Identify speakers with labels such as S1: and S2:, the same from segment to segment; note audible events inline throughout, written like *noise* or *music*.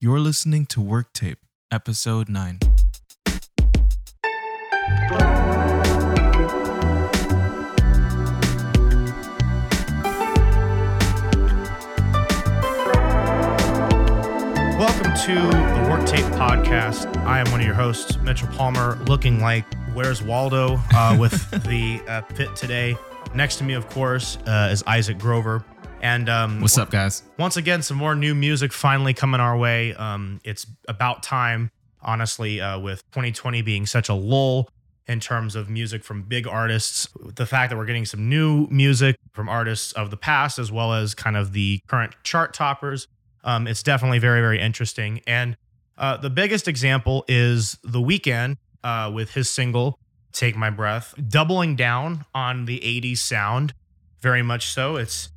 S1: You're listening to Work Tape, Episode 9.
S2: Welcome to the Work Tape Podcast. I am one of your hosts, Mitchell Palmer, looking like Where's Waldo uh, with the uh, pit today. Next to me, of course, uh, is Isaac Grover. And um,
S1: What's up, guys?
S2: once again, some more new music finally coming our way. Um, it's about time, honestly, uh, with 2020 being such a lull in terms of music from big artists. The fact that we're getting some new music from artists of the past, as well as kind of the current chart toppers, um, it's definitely very, very interesting. And uh, the biggest example is The Weeknd uh, with his single "Take My Breath," doubling down on the 80s sound. Very much so. It's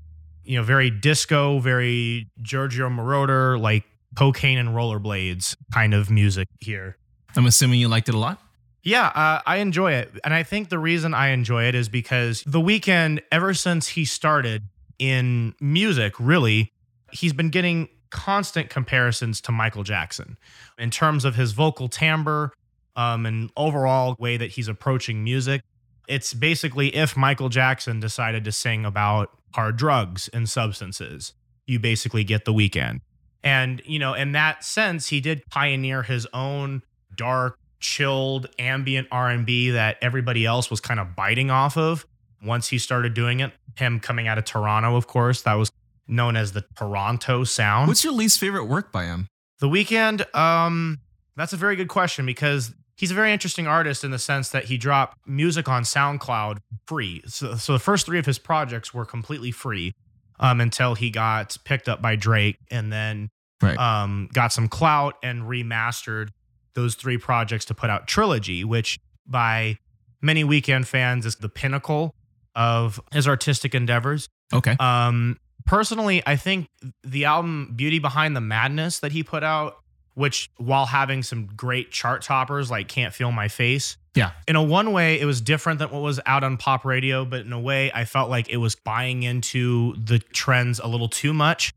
S2: you know, very disco, very Giorgio Moroder, like cocaine and rollerblades kind of music here.
S1: I'm assuming you liked it a lot.
S2: Yeah, uh, I enjoy it. And I think the reason I enjoy it is because The Weeknd, ever since he started in music, really, he's been getting constant comparisons to Michael Jackson in terms of his vocal timbre um, and overall way that he's approaching music. It's basically if Michael Jackson decided to sing about hard drugs and substances, you basically get the weekend. And, you know, in that sense, he did pioneer his own dark, chilled, ambient R&B that everybody else was kind of biting off of once he started doing it. Him coming out of Toronto, of course, that was known as the Toronto sound.
S1: Um, What's your least favorite work by him?
S2: The weekend, um, that's a very good question because he's a very interesting artist in the sense that he dropped music on SoundCloud free. So, so the first three of his projects were completely free um, until he got picked up by Drake and then
S1: Right.
S2: um, got some clout and remastered those three projects to put out Trilogy, which by many weekend fans is the pinnacle of his artistic endeavors.
S1: okay.
S2: Um, personally, I think the album Beauty Behind the Madness that he put out, which while having some great chart toppers like Can't Feel My Face,
S1: Yeah.
S2: in a one way, it was different than what was out on pop radio, but in a way, I felt like it was buying into the trends a little too much.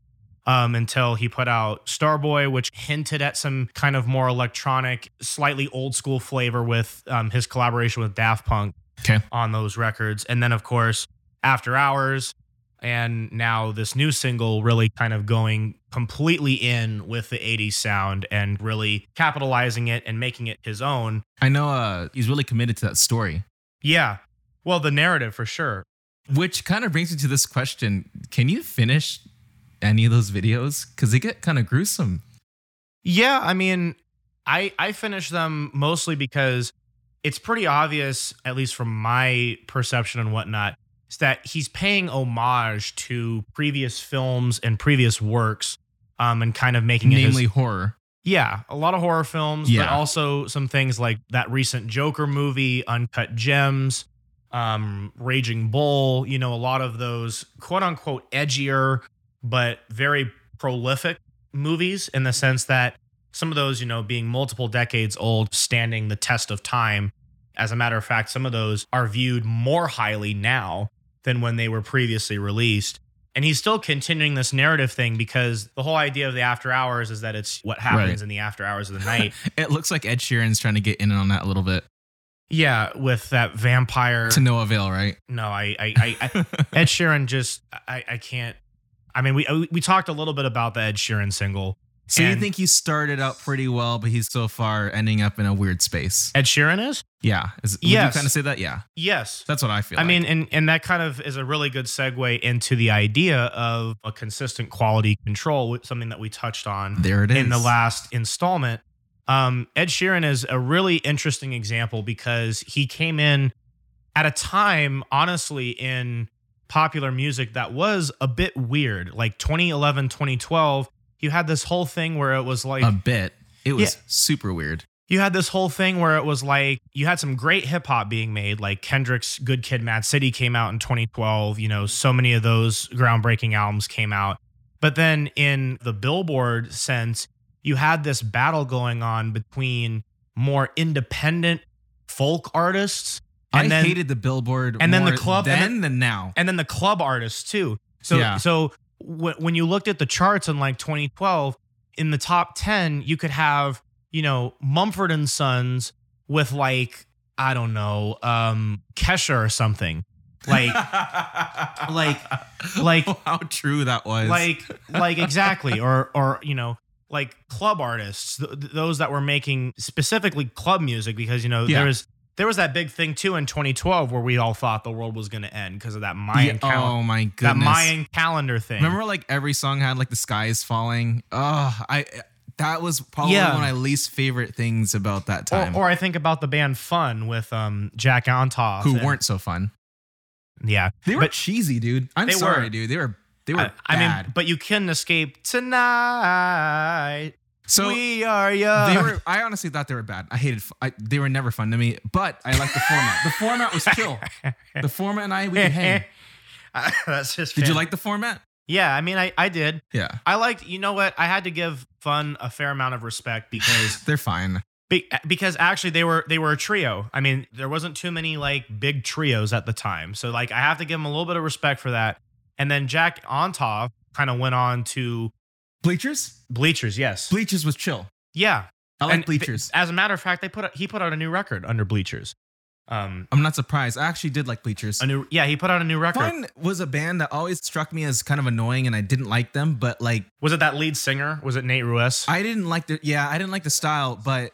S2: Um, until he put out Starboy, which hinted at some kind of more electronic, slightly old school flavor with um, his collaboration with Daft Punk
S1: Okay.
S2: on those records. And then, of course, After Hours. And now this new single really kind of going completely in with the 80s sound and really capitalizing it and making it his own.
S1: I know uh, he's really committed to that story,
S2: Yeah. Well, the narrative for sure.
S1: which kind of brings me to this question Can you finish any of those videos? Because they get kind of gruesome.
S2: Yeah, I mean, I I finish them mostly because it's pretty obvious, at least from my perception and whatnot, is that he's paying homage to previous films and previous works, um, and kind of making it his
S1: Namely, horror.
S2: Yeah, a lot of horror films,
S1: Yeah.
S2: but also some things like that recent Joker movie, Uncut Gems, um, Raging Bull, you know, a lot of those quote unquote edgier, but very prolific movies in the sense that some of those, you know, being multiple decades old, standing the test of time. As a matter of fact, some of those are viewed more highly now than when they were previously released. And he's still continuing this narrative thing because the whole idea of the after hours is that it's what happens
S1: Right.
S2: in the after hours of the night.
S1: *laughs* It looks like Ed Sheeran's trying to get in on that a little bit
S2: yeah, with that vampire.
S1: to no avail, right?
S2: No, I, I, I, I Ed Sheeran just, I, I can't. I mean, we we talked a little bit about the Ed Sheeran single.
S1: *laughs* so you
S2: and-
S1: think he started out pretty well, but he's so far ending up in a weird space.
S2: Ed Sheeran is
S1: Yeah. Is, would
S2: Yes.
S1: you kind of say that? Yeah.
S2: yes.
S1: That's what I feel.
S2: I
S1: like.
S2: mean, and and that kind of is a really good segue into the idea of a consistent quality control, which- something that we touched on
S1: there it is.
S2: in the last installment. Um, Ed Sheeran is a really interesting example because he came in at a time, honestly, in popular music that was a bit weird. Like 2011, 2012, you had this whole thing where it was like
S1: a bit. It was super weird.
S2: you had this whole thing where it was like you had some great hip hop being made, like Kendrick's Good Kid, Mad City came out in 2012. You know, so many of those groundbreaking albums came out. But then in the Billboard sense, you had this battle going on between more independent folk artists and
S1: I
S2: then
S1: hated the billboard
S2: and then the
S1: more
S2: club and
S1: then than now.
S2: and then the club artists too. So
S1: Yeah.
S2: so w- when you looked at the charts in like 2012, in the top 10, you could have, you know, Mumford and Sons with like, I don't know, um, Kesha or something.
S1: *laughs*
S2: Like, *laughs* like, like,
S1: how true that was.
S2: like like exactly or or you know like club artists th- th- those that were making specifically club music because you know
S1: Yeah.
S2: there was there was that big thing too in 2012 where we all thought the world was going to end because of that Mayan
S1: Yeah,
S2: calendar
S1: oh my
S2: that
S1: goodness.
S2: Mayan calendar thing
S1: Remember, like every song had like the sky is falling. Oh, I that was probably
S2: Yeah.
S1: one of my least favorite things about that time.
S2: or, or I think about the band Fun with um Jack Antoff
S1: who
S2: and-
S1: weren't so fun?
S2: yeah
S1: They were
S2: But-
S1: cheesy, dude. I'm
S2: They
S1: sorry,
S2: were.
S1: dude. They were they were
S2: I, I
S1: bad.
S2: mean but you couldn't escape tonight
S1: so
S2: we are young
S1: they were. I honestly thought they were bad. I hated. fu- I, they were never fun to me. But I liked the format. The format was
S2: *laughs*
S1: kill. The format and I we could hang.
S2: that's just
S1: Did you
S2: fan-
S1: like the format?
S2: yeah I mean I I did
S1: Yeah,
S2: I liked, you know what? I had to give Fun a fair amount of respect because
S1: they're fine.
S2: be, because actually they were they were a trio. I mean, there wasn't too many like big trios at the time, so like I have to give them a little bit of respect for that. And then Jack Ontoff kind of went on to
S1: Bleachers.
S2: Bleachers, yes,
S1: Bleachers was chill.
S2: yeah.
S1: I like
S2: And th-
S1: Bleachers.
S2: as a matter of fact, they put out, he put out a new record under Bleachers. Um,
S1: I'm not surprised. I actually did like Bleachers.
S2: a new yeah, he put out a new record.
S1: Fun was a band that always struck me as kind of annoying, and I didn't like them. But like,
S2: Was it that lead singer? Was it Nate Ruiz?
S1: I didn't like the yeah, I didn't like the style. But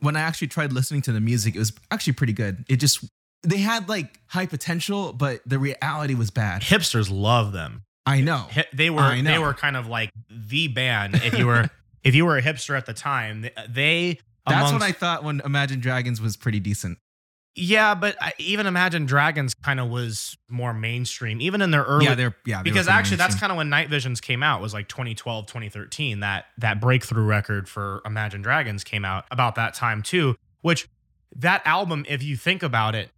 S1: when I actually tried listening to the music, it was actually pretty good. It just they had like high potential, but the reality was bad.
S2: Hipsters love them.
S1: I know.
S2: hi- they
S1: I
S2: were
S1: know.
S2: they were kind of like the band if you
S1: *laughs*
S2: were if you were a hipster at the time th- they
S1: That's
S2: amongst,
S1: what I thought when Imagine Dragons was pretty decent.
S2: yeah but I, even imagine dragons kind of was more mainstream even in their early
S1: yeah, they're yeah. they were
S2: because
S1: pretty
S2: actually that's
S1: mainstream.
S2: kind of when night visions came out was like 2012 2013 that that breakthrough record for imagine dragons came out about that time too which that album if you think about it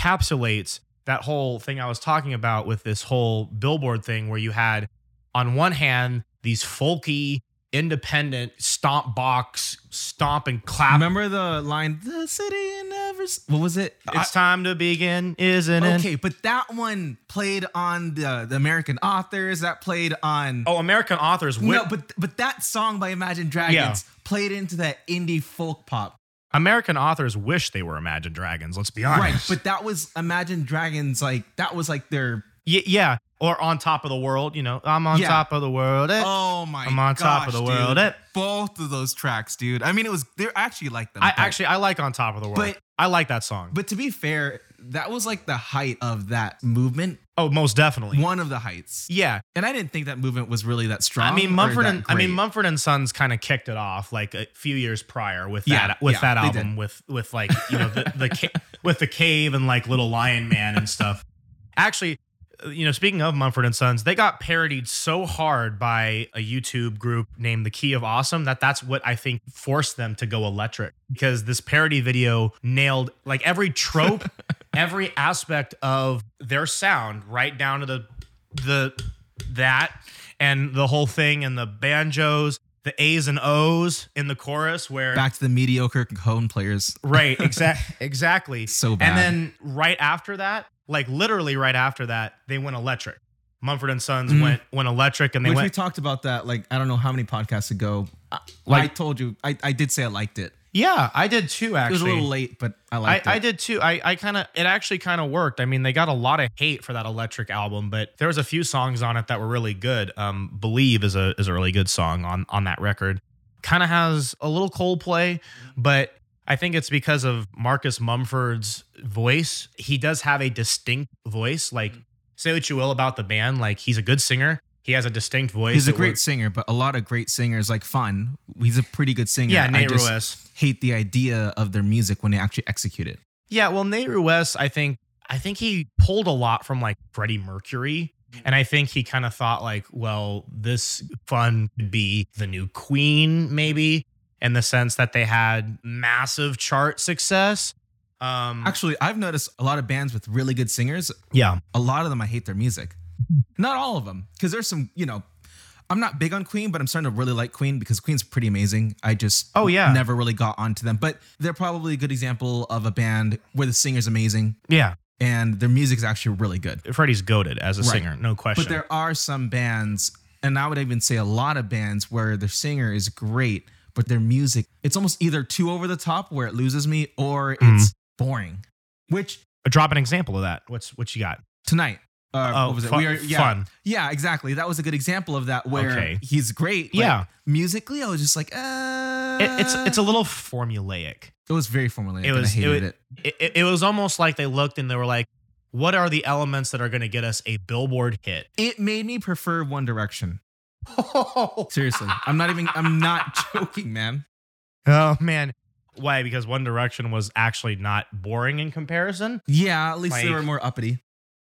S2: encapsulates that whole thing i was talking about with this whole billboard thing where you had on one hand these folky independent stomp box stomp and clap
S1: remember the line "The city never." s-" What was it?
S2: it's time to begin isn't
S1: I-
S2: it
S1: okay, but that one played on the the American authors. That played on
S2: oh american authors
S1: No,
S2: Whip-
S1: but but that song by Imagine Dragons played into that indie folk pop.
S2: american authors wish they were imagine dragons let's be honest
S1: Right. But that was Imagine Dragons, like that was like their
S2: Y- yeah, or on top of the world. You know, I'm on
S1: Yeah.
S2: top of the world. eh.
S1: Oh my
S2: I'm on top of
S1: gosh,
S2: the world.
S1: dude.
S2: Eh.
S1: Both of those tracks, dude. I mean it was they're I actually like them.
S2: I
S1: but-
S2: actually I like on top of the world.
S1: But-
S2: I like that song.
S1: but to be fair, that was like the height of that movement.
S2: oh, most definitely.
S1: One of the heights.
S2: yeah,
S1: And I didn't think that movement was really that strong.
S2: I mean
S1: or
S2: Mumford
S1: that
S2: and I mean
S1: great.
S2: Mumford and Sons kind of kicked it off like a few years prior with
S1: Yeah,
S2: that with
S1: yeah,
S2: that
S1: they
S2: album with with like you know the the ca- *laughs* with the cave and like Little Lion Man and stuff. Actually, uh, you know, speaking of Mumford and Sons, they got parodied so hard by a YouTube group named The Key of Awesome that that's what I think forced them to go electric because this parody video nailed like every trope,
S1: *laughs*
S2: every aspect of their sound right down to the the that and the whole thing and the banjos, the A's and O's in the chorus where
S1: back to the mediocre cone players.
S2: Right, *laughs* exact exactly.
S1: So bad.
S2: And then right after that, like literally right after that, they went electric. Mumford and Sons
S1: Mhm.
S2: went went electric and they
S1: Which we
S2: went
S1: talked about that like I don't know how many podcasts ago. I,
S2: Like-
S1: I told you, I, I did say I liked it.
S2: Yeah, I did too
S1: It
S2: actually.
S1: was a little late, but I
S2: I,
S1: liked
S2: I
S1: it.
S2: did too. I, I kind of, it actually kind of worked. I mean, they got a lot of hate for that electric album, but there was a few songs on it that were really good. Um, Believe is a, is a really good song on, on that record. Kind of has a little Coldplay,
S1: Mm-hmm.
S2: but I think it's because of Marcus Mumford's voice. He does have a distinct voice. Like,
S1: Mm-hmm.
S2: say what you will about the band, like, he's a good singer. He has a distinct voice.
S1: He's a
S2: It
S1: great
S2: works-
S1: singer, but a lot of great singers like Fun. He's a pretty good singer.
S2: Yeah,
S1: I
S2: Nate
S1: just
S2: Ruiz.
S1: hate the idea of their music when they actually execute it.
S2: Yeah, well, Nate Ruiz, I think I think he pulled a lot from like Freddie Mercury. And I think he kind of thought like, well, this fun could be the new queen, maybe, in the sense that they had massive chart success. Um
S1: Actually, I've noticed a lot of bands with really good singers.
S2: yeah.
S1: A lot of them, I hate their music. Not all of them, because there's some. You know, I'm not big on Queen, but I'm starting to really like Queen because Queen's pretty amazing. I just
S2: Oh, yeah.
S1: never really got onto them, but they're probably a good example of a band where the singer's amazing
S2: Yeah.
S1: and their music's actually really good.
S2: Freddie's goaded as a
S1: Right.
S2: singer, no question.
S1: But there are some bands and I would even say a lot of bands where their singer is great, but their music, it's almost either too over the top where it loses me or
S2: Mm-hmm.
S1: it's boring. Which
S2: Uh, Drop an example of that. What's what you got?
S1: tonight, uh,
S2: Oh,
S1: what was it?
S2: fu-
S1: we are, yeah,
S2: fun.
S1: Yeah, exactly. That was a good example of that where
S2: Okay.
S1: he's great. but
S2: Yeah.
S1: Musically, I was just like, uh.
S2: It, it's it's a little formulaic.
S1: It was very formulaic.
S2: It
S1: and
S2: was-
S1: I hated it.
S2: it wa- It, it, it was almost like they looked and they were like, "What are the elements that are going to get us a Billboard hit?"
S1: It made me prefer One Direction. Seriously, I'm not even. I'm not *laughs* joking, man.
S2: *laughs* Oh man, why? Because One Direction was actually not boring in comparison.
S1: Yeah, at least they
S2: Like-
S1: were more uppity.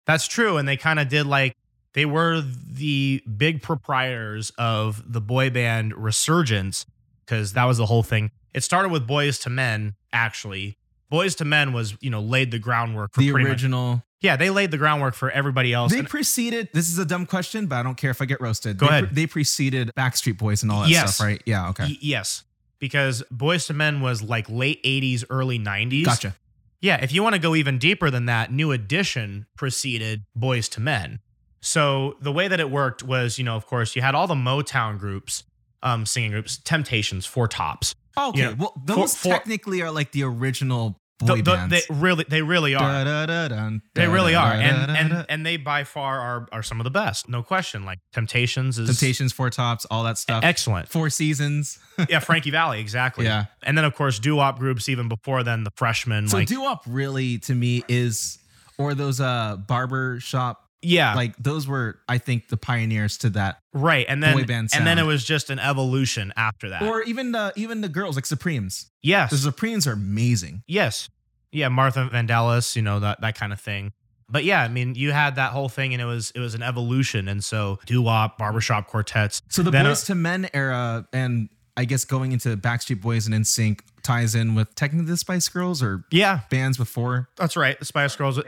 S2: That's true, and they kind of did like they were the big proprietors of the boy band resurgence because that was the whole thing. It started with Boys to Men, actually. Boys to Men was you know laid the groundwork for
S1: The
S2: pretty much-
S1: original.
S2: yeah, they laid the groundwork for everybody else.
S1: They
S2: And-
S1: preceded. This is a dumb question, but I don't care if I get roasted.
S2: Go
S1: they,
S2: ahead.
S1: They preceded Backstreet Boys and all that
S2: Yes.
S1: stuff, right? Yeah. Okay.
S2: y- yes, because Boys to Men was like late '80s, early '90s.
S1: Gotcha.
S2: Yeah, if you want to go even deeper than that, New Edition preceded Boys to Men. So the way that it worked was, you know, of course, you had all the Motown groups, um, singing groups, Temptations, Four Tops.
S1: Okay.
S2: Yeah.
S1: Well, those
S2: for-
S1: technically are like the original
S2: The-
S1: boy
S2: the-
S1: bands.
S2: they really, they really are.
S1: Da-da-da-dun,
S2: They really are, and
S1: da-da-da-da.
S2: and and they by far are are some of the best, no question. Like Temptations is
S1: Temptations, Four Tops, all that stuff. *laughs*
S2: excellent.
S1: Four Seasons.
S2: yeah, Frankie Valley, exactly.
S1: Yeah.
S2: and then of course doo wop groups even before then, the Freshmen,
S1: So
S2: like
S1: do up really to me is or those uh barber shop
S2: yeah,
S1: like those were I think the pioneers to that
S2: right. And then
S1: boy band
S2: and then it
S1: sound.
S2: was just an evolution after that.
S1: or even the even the girls like Supremes
S2: Ah. yes,
S1: the Supremes are amazing
S2: Yes. Yeah, Martha Vandellis, you know, that that kind of thing. But yeah, I mean, you had that whole thing and it was it was an evolution. And so doo-wop, barbershop quartets.
S1: so the
S2: Then, uh,
S1: boys to men era and I guess going into Backstreet Boys and NSYNC ties in with technically the Spice Girls or
S2: Yeah,
S1: bands before
S2: that's right. The Spice Girls.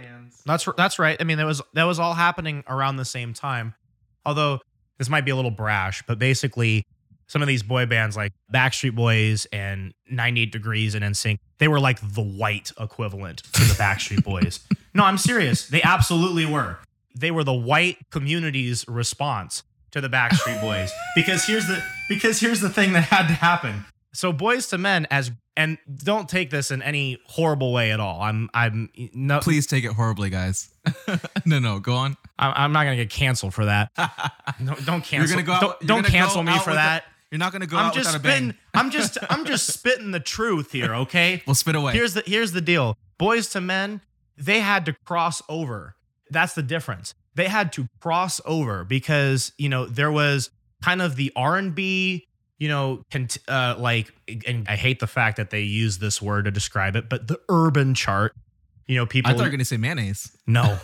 S2: That's that's right. I mean, that was that was all happening around the same time. Although this might be a little brash, but basically some of these boy bands like Backstreet Boys and 98 Degrees and NSYNC, they were like the white equivalent to the Backstreet Boys. No, I'm serious. They absolutely were. They were the white community's response to the Backstreet Boys. Because here's the because here's the thing that had to happen. So Boys to Men as and don't take this in any horrible way at all. I'm I'm no
S1: please take it horribly guys *laughs* no no go on
S2: I'm, I'm not gonna get canceled for
S1: *laughs*
S2: that. No, don't cancel.
S1: you're gonna go out,
S2: don't
S1: you're
S2: don't
S1: gonna go
S2: cancel me
S1: out
S2: for
S1: with a-
S2: that.
S1: you're not gonna go
S2: I'm
S1: out
S2: just
S1: without a bang
S2: spitting. I'm just I'm just spitting the truth
S1: *laughs*
S2: here. Okay.
S1: well spit away
S2: Here's the here's the deal. Boys to men, they had to cross over. That's the difference. They had to cross over because you know there was kind of the R and B. You know, cont- uh, like, and I hate the fact that they use this word to describe it, but the urban chart. You know, people.
S1: I thought you were gonna say mayonnaise *laughs*
S2: No,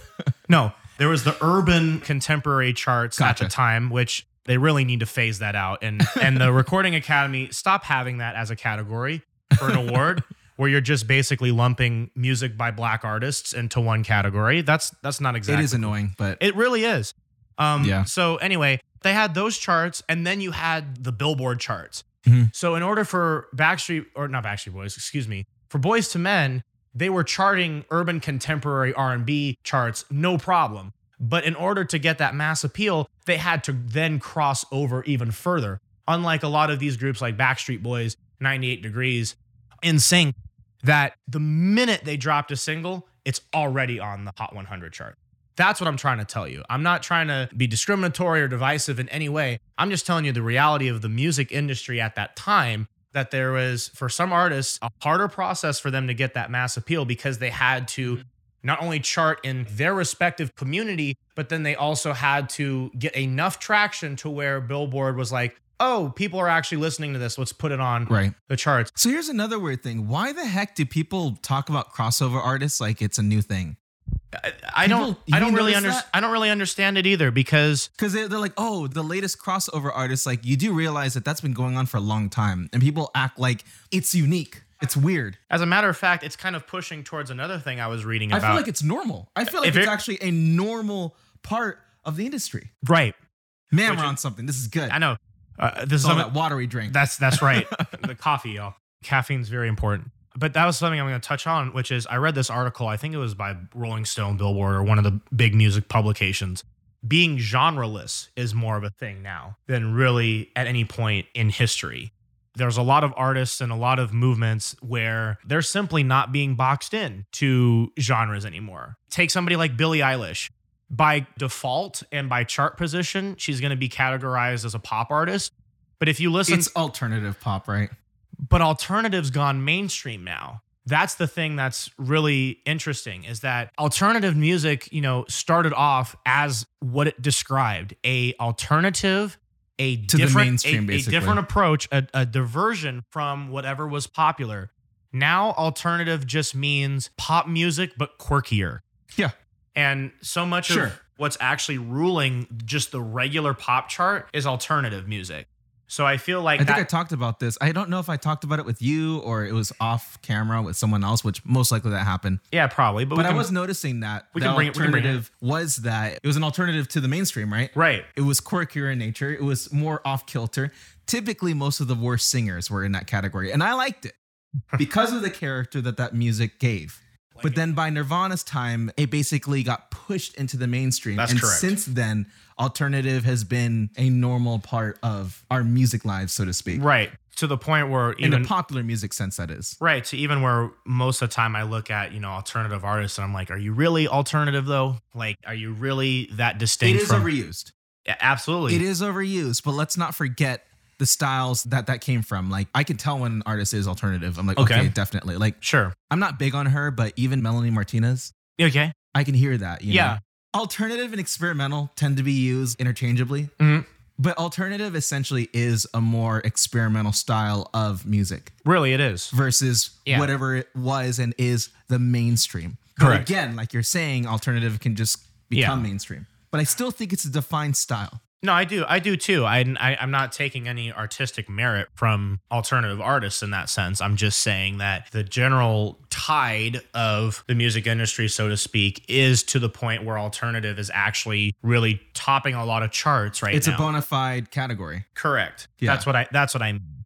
S2: no. There was the urban contemporary charts at
S1: Gotcha.
S2: the time, which they really need to phase that out. And and
S1: *laughs*
S2: the Recording Academy stop having that as a category for an award, where you're just basically lumping music by black artists into one category. That's that's not exactly.
S1: it is annoying but
S2: It really is. Um,
S1: Yeah.
S2: So anyway, they had those charts, and then you had the Billboard charts.
S1: Mhm.
S2: So in order for Backstreet or not Backstreet Boys, excuse me, for Boys to Men, they were charting urban contemporary R and B charts, no problem. But in order to get that mass appeal, they had to then cross over even further. Unlike a lot of these groups like Backstreet Boys, 98 Degrees, in sync, that the minute they dropped a single, it's already on the Hot 100 chart. That's what I'm trying to tell you. I'm not trying to be discriminatory or divisive in any way. I'm just telling you the reality of the music industry at that time that there was, for some artists, a harder process for them to get that mass appeal because they had to not only chart in their respective community, but then they also had to get enough traction to where Billboard was like, oh, people are actually listening to this. Let's put it on
S1: right
S2: the charts.
S1: So here's another weird thing. Why the heck do people talk about crossover artists like it's a new thing?
S2: I, I
S1: People-
S2: don't.
S1: you
S2: I don't really
S1: notice
S2: understand.
S1: that?
S2: I don't really understand it either because
S1: Because they're, they're like, oh, the latest crossover artist. Like, you do realize that that's been going on for a long time, and people act like it's unique. It's weird.
S2: as a matter of fact, it's kind of pushing towards another thing I was reading
S1: I
S2: about.
S1: feel like it's normal. I feel like
S2: If
S1: it's
S2: it-
S1: actually a normal part of the industry.
S2: right.
S1: Man,
S2: Would
S1: we're
S2: you-
S1: on something. This is good.
S2: I know. Uh, this is
S1: It's all that
S2: something,
S1: watery drink.
S2: That's that's right.
S1: *laughs*
S2: the coffee, y'all. Caffeine's very important. But that was something I'm going to touch on, which is I read this article. I think it was by Rolling Stone, Billboard, or one of the big music publications, being genreless is more of a thing now than really at any point in history. There's a lot of artists and a lot of movements where they're simply not being boxed in to genres anymore. Take somebody like Billie Eilish. By default and by chart position, she's going to be categorized as a pop artist. But if you listen,
S1: It's alternative pop, right?
S2: but alternative's gone mainstream now. That's the thing that's really interesting is that alternative music, you know, started off as what it described, a alternative, a
S1: To the
S2: different,
S1: mainstream,
S2: a- a,
S1: basically.
S2: different approach, a, a diversion from whatever was popular. Now alternative just means pop music but quirkier.
S1: Yeah.
S2: And so much
S1: Sure.
S2: of what's actually ruling just the regular pop chart is alternative music. So I feel like
S1: I
S2: that,
S1: think I talked about this. I don't know if I talked about it with you or it was off camera with someone else, which most likely that happened.
S2: yeah, probably. But, we
S1: But I
S2: can-
S1: was noticing that
S2: we
S1: the
S2: can bring it- we can bring it in.
S1: alternative was that it was an alternative to the mainstream, right?
S2: right.
S1: It was quirkier in nature. It was more off kilter. Typically, most of the worst singers were in that category, and I liked
S2: *laughs*
S1: it because of the character that that music gave. But then by Nirvana's time, it basically got pushed into the mainstream.
S2: That's
S1: and
S2: correct.
S1: since then, alternative has been a normal part of our music lives, so to speak.
S2: Right. To the point where
S1: In
S2: even
S1: the popular music sense, that is.
S2: right to even where most of the time I look at you know alternative artists and I'm like, are you really alternative though? Like, are you really that
S1: It
S2: distinct
S1: is
S2: from?
S1: overused.
S2: Yeah, absolutely.
S1: It is overused, but let's not forget the styles that that came from. Like, I can tell when an artist is alternative. I'm like,
S2: Okay.
S1: okay definitely. Like,
S2: Sure.
S1: I'm not big on her, but even Melanie Martinez,
S2: Okay.
S1: I can hear that. you know?
S2: Yeah.
S1: Alternative and experimental tend to be used interchangeably,
S2: Mhm.
S1: but alternative essentially is a more experimental style of music
S2: Really, it is.
S1: versus
S2: Yeah.
S1: whatever it was and is the mainstream.
S2: Correct.
S1: But again, like you're saying, alternative can just
S2: Yeah.
S1: become mainstream. But I still think it's a defined style.
S2: No, I do. I do too. I, I I'm not taking any artistic merit from alternative artists in that sense. I'm just saying that the general tide of the music industry, so to speak, is to the point where alternative is actually really topping a lot of charts right
S1: It's
S2: now.
S1: a bona fide category.
S2: Correct.
S1: Yeah.
S2: That's what I that's what I mean.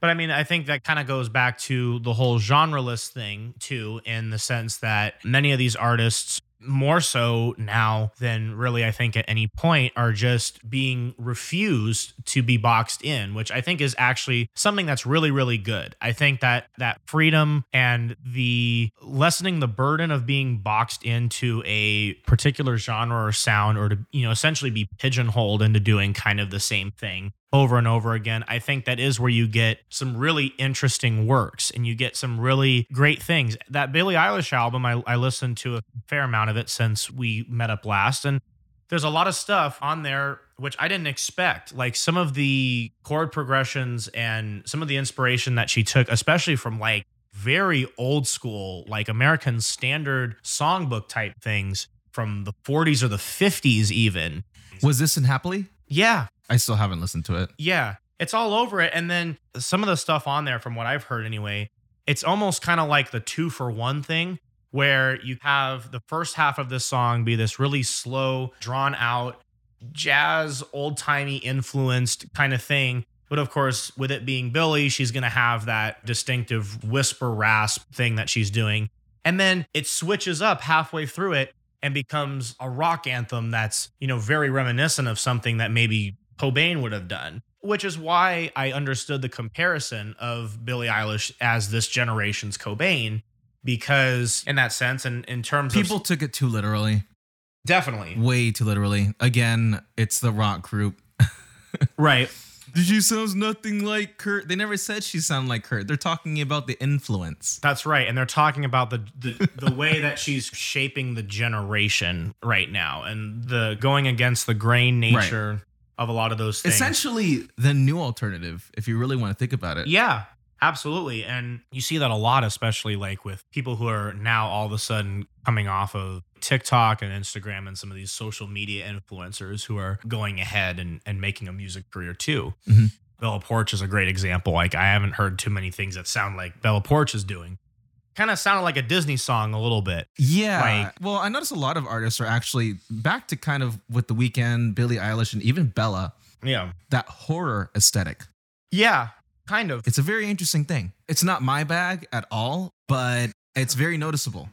S2: But I mean, I think that kind of goes back to the whole genreless thing too, in the sense that many of these artists more so now than really I think at any point are just being refused to be boxed in, which I think is actually something that's really really good. I think that that freedom and the lessening the burden of being boxed into a particular genre or sound or to you know essentially be pigeonholed into doing kind of the same thing over and over again. I think that is where you get some really interesting works and you get some really great things. That Billie Eilish album, I, I listened to a fair amount of it since we met up last, and there's a lot of stuff on there which I didn't expect. Like some of the chord progressions and some of the inspiration that she took, especially from like very old school, like American standard songbook type things from the 40s or the 50s, even.
S1: Was this in Happily?
S2: Yeah,
S1: I still haven't listened to it.
S2: yeah, it's all over it. And then some of the stuff on there, from what I've heard anyway, it's almost kind of like the two for one thing where you have the first half of this song be this really slow, drawn out, jazz, old timey influenced kind of thing. But of course, with it being Billy, she's going to have that distinctive whisper rasp thing that she's doing. And then it switches up halfway through it and becomes a rock anthem that's, you know, very reminiscent of something that maybe Cobain would have done, which is why I understood the comparison of Billie Eilish as this generation's Cobain because in that sense and in terms
S1: People
S2: of
S1: took it too literally,
S2: definitely
S1: way too literally. Again, it's the rock group.
S2: right
S1: She sounds nothing like Kurt. They never said she sounded like Kurt. They're talking about the influence.
S2: That's right, and they're talking about the the, the way that she's shaping the generation right now, and the going against the grain nature of a lot of those things.
S1: Essentially, the new alternative, if you really want to think about it.
S2: Yeah, absolutely. And you see that a lot, especially like with people who are now all of a sudden coming off of TikTok and Instagram and some of these social media influencers who are going ahead and, and making a music career too.
S1: Mhm.
S2: Bella Porch is a great example. Like, I haven't heard too many things that sound like Bella Porch is doing. Kind of sounded like a Disney song a little bit.
S1: Yeah.
S2: Like-
S1: well, I notice a lot of artists are actually back to kind of with The Weeknd, Billie Eilish, and even Bella,
S2: Yeah.
S1: that horror aesthetic.
S2: Yeah, kind of.
S1: It's a very interesting thing. It's not my bag at all, but it's very noticeable.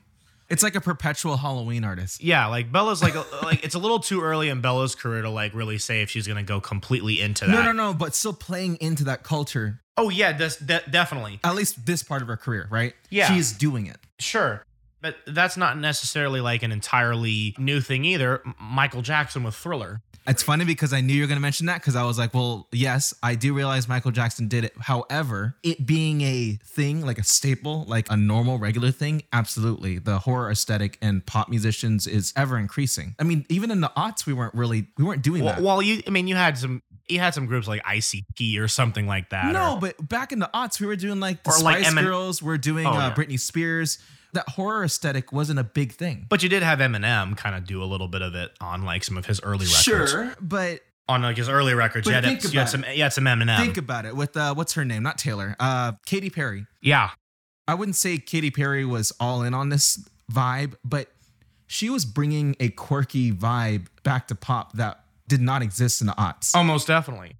S1: It's like a perpetual Halloween artist.
S2: Yeah, like Bella's like like it's a little too early in Bella's career to like really say if she's gonna go completely into that.
S1: No, no, no, but still playing into that culture.
S2: Oh yeah, this de- definitely
S1: At least this part of her career, right?
S2: Yeah.
S1: She's doing it.
S2: sure, but that's not necessarily like an entirely new thing either. M- Michael Jackson with Thriller.
S1: It's funny because I knew you were going to mention that because I was like, well, yes, I do realize Michael Jackson did it. However, it being a thing, like a staple, like a normal, regular thing, absolutely. The horror aesthetic and pop musicians is ever increasing. I mean, even in the aughts, we weren't really, we weren't doing
S2: Well,
S1: that.
S2: well, you I mean you had some you had some groups like ICP or something like that.
S1: no,
S2: or-
S1: but back in the aughts, we were doing like the
S2: Or like
S1: Spice
S2: Emin-
S1: Girls, we're doing
S2: Oh,
S1: uh,
S2: yeah.
S1: Britney Spears. That horror aesthetic wasn't a big thing.
S2: but you did have Eminem kind of do a little bit of it on like some of his early records.
S1: but
S2: on like his early records,
S1: But
S2: you had,
S1: think
S2: you had
S1: about
S2: some you had some Eminem.
S1: think about it with uh, what's her name? Not Taylor, uh, Katy Perry.
S2: yeah,
S1: I wouldn't say Katy Perry was all in on this vibe, but she was bringing a quirky vibe back to pop that did not exist in the aughts.
S2: almost Oh, definitely.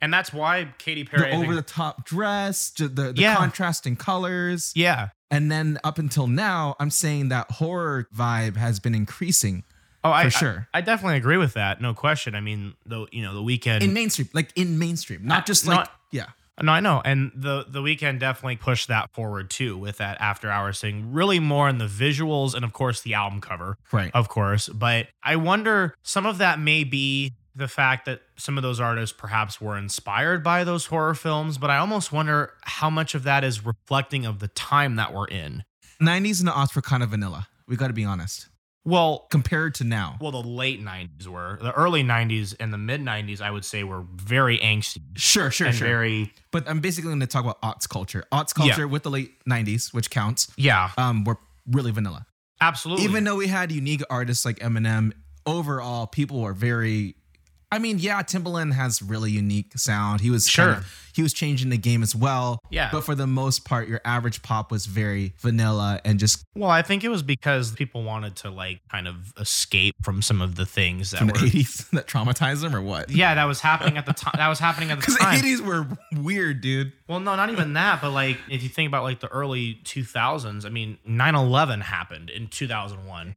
S2: And that's why Katy Perry. I
S1: the
S2: think-
S1: over the top dress, ju- the, the
S2: Yeah.
S1: contrasting colors.
S2: yeah.
S1: And then up until now, I'm saying that horror vibe has been increasing
S2: Oh, I,
S1: for
S2: I-
S1: sure.
S2: I definitely agree with that. No question. I mean, the you know the weekend.
S1: in mainstream, like in mainstream, not just like,
S2: not-
S1: yeah.
S2: no, I know, and the the weekend definitely pushed that forward too with that after hours thing. Really more in the visuals and of course the album cover,
S1: Right.
S2: of course. But I wonder some of that may be the fact that some of those artists perhaps were inspired by those horror films. But I almost wonder how much of that is reflecting of the time that we're in.
S1: 90s and the aughts were kind of vanilla. We got to be honest.
S2: Well,
S1: Compared to now.
S2: well, the late '90s were the early '90s and the mid '90s. I would say were very angsty.
S1: Sure, sure,
S2: and
S1: sure.
S2: very
S1: But I'm basically going to talk about aughts culture. Aughts
S2: Yeah.
S1: culture with the late 90s, which counts,
S2: yeah
S1: um, were really vanilla.
S2: absolutely
S1: Even though we had unique artists like Eminem, overall, people were very. I mean, yeah, Timbaland has really unique sound. He was kind
S2: Sure.
S1: of- he was changing the game as well.
S2: Yeah.
S1: But for the most part, your average pop was very vanilla and just *laughs*
S2: well i think it was because people wanted to like kind of escape from some of the things that
S1: from
S2: were
S1: the 80s that traumatized them or what?
S2: yeah that was happening at the time that was
S1: *laughs*
S2: happening at the
S1: Because
S2: time
S1: 80s were weird, dude.
S2: well no not even that but like if you think about like the early 2000s i mean 9-11 happened in 2001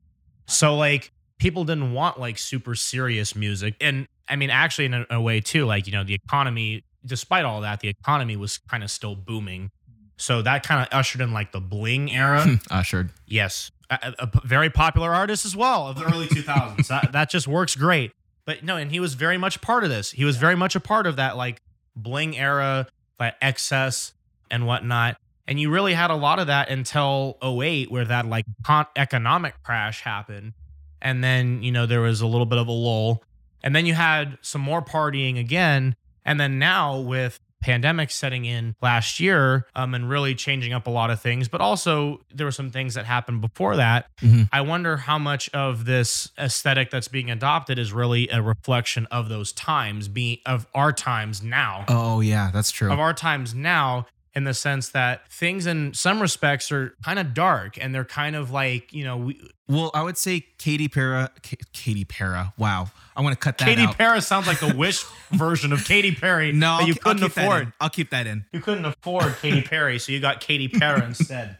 S2: so like people didn't want like super serious music and i mean actually in a, a way too like you know the economy despite all that the economy was kind of still booming so that kind of ushered in like the bling era
S1: Hmm. Ushered.
S2: Yes, a, a- a p- very popular artist as well of the early 2000s. that, that just works great. But no, and he was very much part of this. He was very much a part of that like bling era, that excess and whatnot. And you really had a lot of that until 08, where that like con- economic crash happened. And then, you know, there was a little bit of a lull. And then you had some more partying again. And then now with pandemic setting in last year um, and really changing up a lot of things, but also there were some things that happened before that.
S1: Mhm.
S2: I wonder how much of this aesthetic that's being adopted is really a reflection of those times, being of our times now
S1: Oh, yeah, that's true.
S2: of our times now in the sense that things in some respects are kind of dark and they're kind of like you know we,
S1: Well, I would say Katy Perry. K- Katy Perry. Wow, I want to cut that
S2: Katy
S1: out.
S2: Perry sounds like the Wish
S1: *laughs*
S2: version of Katy Perry
S1: No,
S2: that
S1: I'll,
S2: you
S1: ke- I'll
S2: couldn't
S1: keep that
S2: afford.
S1: in. I'll keep that in.
S2: You couldn't afford Katy Perry, so you got Katy
S1: *laughs*
S2: Perry instead.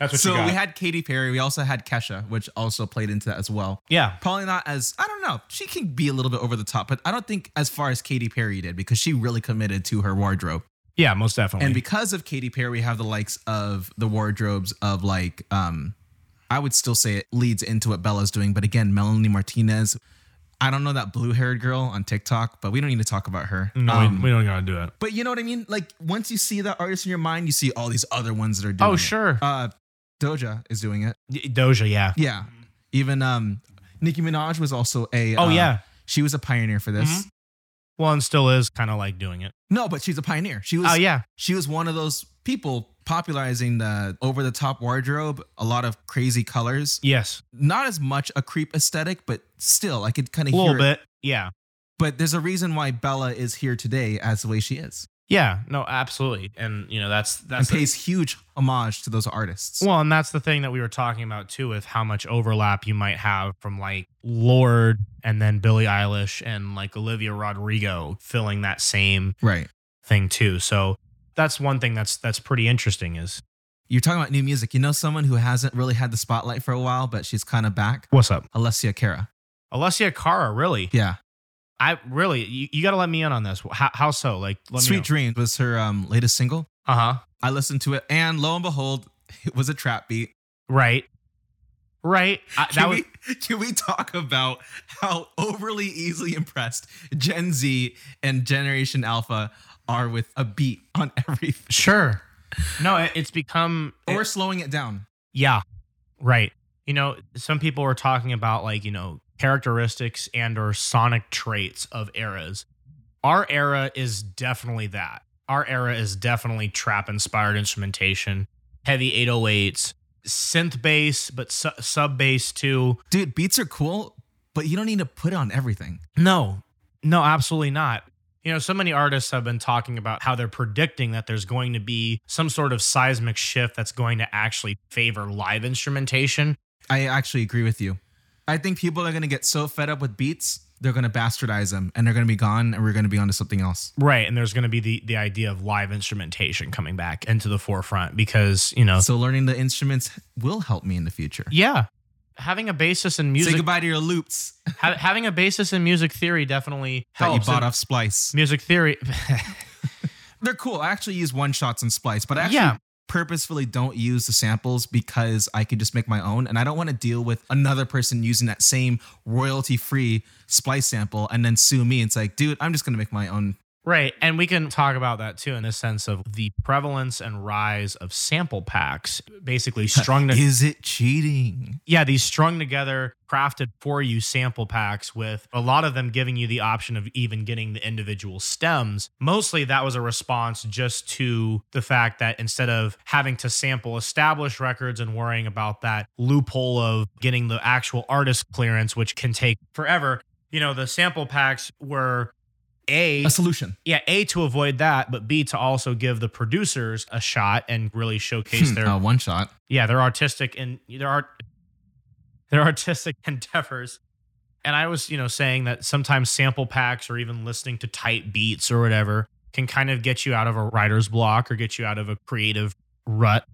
S2: That's what
S1: So
S2: you got.
S1: we had Katy Perry. We also had Kesha, which also played into that as well.
S2: yeah,
S1: Probably not as I don't know. She can be a little bit over the top, but I don't think as far as Katy Perry did because she really committed to her wardrobe.
S2: yeah, most definitely.
S1: And because of Katy Perry, we have the likes of the wardrobes of like um I would still say it leads into what Bella's doing, but again, Melanie Martinez. I don't know that blue-haired girl on TikTok, but we don't need to talk about her.
S2: no,
S1: Um,
S2: we, we don't gotta do it.
S1: But you know what I mean? Like once you see that artist in your mind, you see all these other ones that are doing
S2: Oh
S1: it.
S2: sure,
S1: Uh Doja is doing it.
S2: D- Doja, yeah.
S1: Yeah. Even um Nicki Minaj was also a
S2: Mm-hmm. Oh
S1: uh,
S2: yeah.
S1: She was a pioneer for this.
S2: Mhm. Well, and still is kind of like doing it.
S1: No, but she's a pioneer. She was
S2: Oh yeah,
S1: she was one of those people popularizing the over the top wardrobe, a lot of crazy colors.
S2: yes,
S1: Not as much a creep aesthetic, but still I could kind
S2: a
S1: of hear
S2: little
S1: it.
S2: bit. Yeah,
S1: But there's a reason why Bella is here today as the way she is.
S2: yeah. No, absolutely. And you know that's that's
S1: and
S2: the-
S1: pays huge homage to those artists.
S2: Well, and that's the thing that we were talking about too, with how much overlap you might have from like Lord and then Billie Eilish and like Olivia Rodrigo filling that same
S1: right.
S2: thing too. So that's one thing that's that's pretty interesting is
S1: You're talking about new music. You know someone who hasn't really had the spotlight for a while, but she's kind of back?
S2: What's up?
S1: Alessia Cara.
S2: Alessia Cara, really?
S1: Yeah.
S2: I really, you, you got to let me in on this. How, how so? Like, let
S1: Sweet
S2: me
S1: Dreams was her um, latest single.
S2: Uh huh.
S1: I listened to it, and lo and behold, it was a trap beat.
S2: Right. Right. I, that
S1: Can,
S2: was,
S1: we, can we talk about how overly easily impressed Gen Z and Generation Alpha are with a beat on everything
S2: sure. No, it, it's become.
S1: or slowing it down?
S2: Yeah. Right. You know, some people were talking about like, you know, characteristics and or sonic traits of eras. Our era is definitely that. Our era is definitely trap inspired instrumentation, heavy 808s, synth bass, but su- sub bass too.
S1: Dude, beats are cool, but you don't need to put it on everything.
S2: No, no, absolutely not. You know, so many artists have been talking about how they're predicting that there's going to be some sort of seismic shift that's going to actually favor live instrumentation.
S1: I actually agree with you. I think people are going to get so fed up with beats, they're going to bastardize them and they're going to be gone and we're going to be onto something else.
S2: Right. And there's going to be the, the idea of live instrumentation coming back into the forefront because, you know,
S1: So learning the instruments will help me in the future.
S2: yeah, having a basis in
S1: Say
S2: music,
S1: goodbye to your loops
S2: ha- having a basis in music theory definitely
S1: that you
S2: helps.
S1: bought
S2: And
S1: off Splice.
S2: music theory. *laughs*
S1: They're cool. I actually use one shots and Splice, but I actually
S2: Yeah.
S1: purposefully don't use the samples because I could just make my own and I don't want to deal with another person using that same royalty free Splice sample and then sue me. It's like, dude, I'm just going to make my own.
S2: Right. And we can talk about that too in the sense of the prevalence and rise of sample packs,
S1: *laughs*
S2: basically strung to-
S1: Is it cheating?
S2: yeah, these strung together, crafted for you sample packs with a lot of them giving you the option of even getting the individual stems. Mostly that was a response just to the fact that instead of having to sample established records and worrying about that loophole of getting the actual artist clearance, which can take forever, you know, the sample packs were. A,
S1: A solution.
S2: yeah, A, to avoid that, but B, to also give the producers a shot and really showcase their
S1: Uh, one shot.
S2: yeah, they're artistic and their art their artistic *laughs* endeavors. And I was, you know, saying that sometimes sample packs or even listening to tight beats or whatever can kind of get you out of a writer's block or get you out of a creative rut.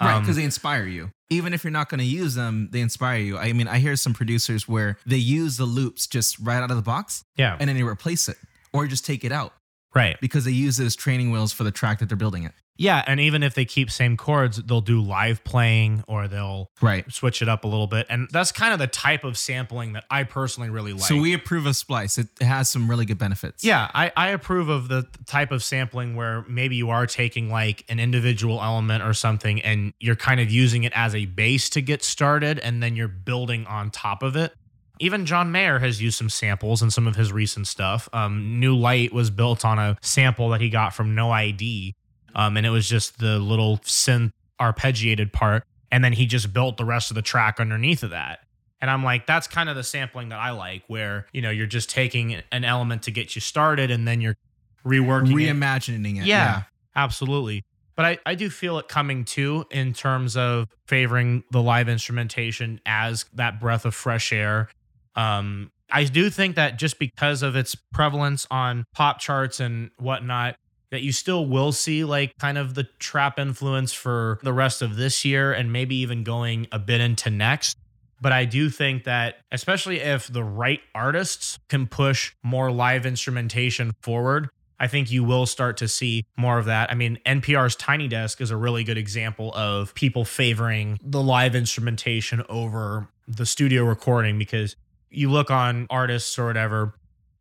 S1: right
S2: Um,
S1: because they inspire you even if you're not going to use them they inspire you i mean i hear some producers where they use the loops just right out of the box
S2: yeah,
S1: and then they replace it or just take it out
S2: right.
S1: because they use it as training wheels for the track that they're building it
S2: Yeah, and even if they keep same chords, they'll do live playing or they'll
S1: right
S2: switch it up a little bit. And that's kind of the type of sampling that I personally really like.
S1: so we approve of splice it has some really good benefits
S2: Yeah, I, I approve of the type of sampling where maybe you are taking like an individual element or something and you're kind of using it as a base to get started and then you're building on top of it. Even John Mayer has used some samples in some of his recent stuff. Um, New Light was built on a sample that he got from No ID, um, and it was just the little synth arpeggiated part. And then he just built the rest of the track underneath of that. And I'm like, that's kind of the sampling that I like, where you know you're just taking an element to get you started, and then you're reworking it.
S1: reimagining it
S2: Yeah, absolutely. But I, I do feel it coming too in terms of favoring the live instrumentation as that breath of fresh air. Um, I do think that just because of its prevalence on pop charts and whatnot, that you still will see like kind of the trap influence for the rest of this year and maybe even going a bit into next. But I do think that, especially if the right artists can push more live instrumentation forward, I think you will start to see more of that. I mean, NPR's Tiny Desk is a really good example of people favoring the live instrumentation over the studio recording because you look on artists or whatever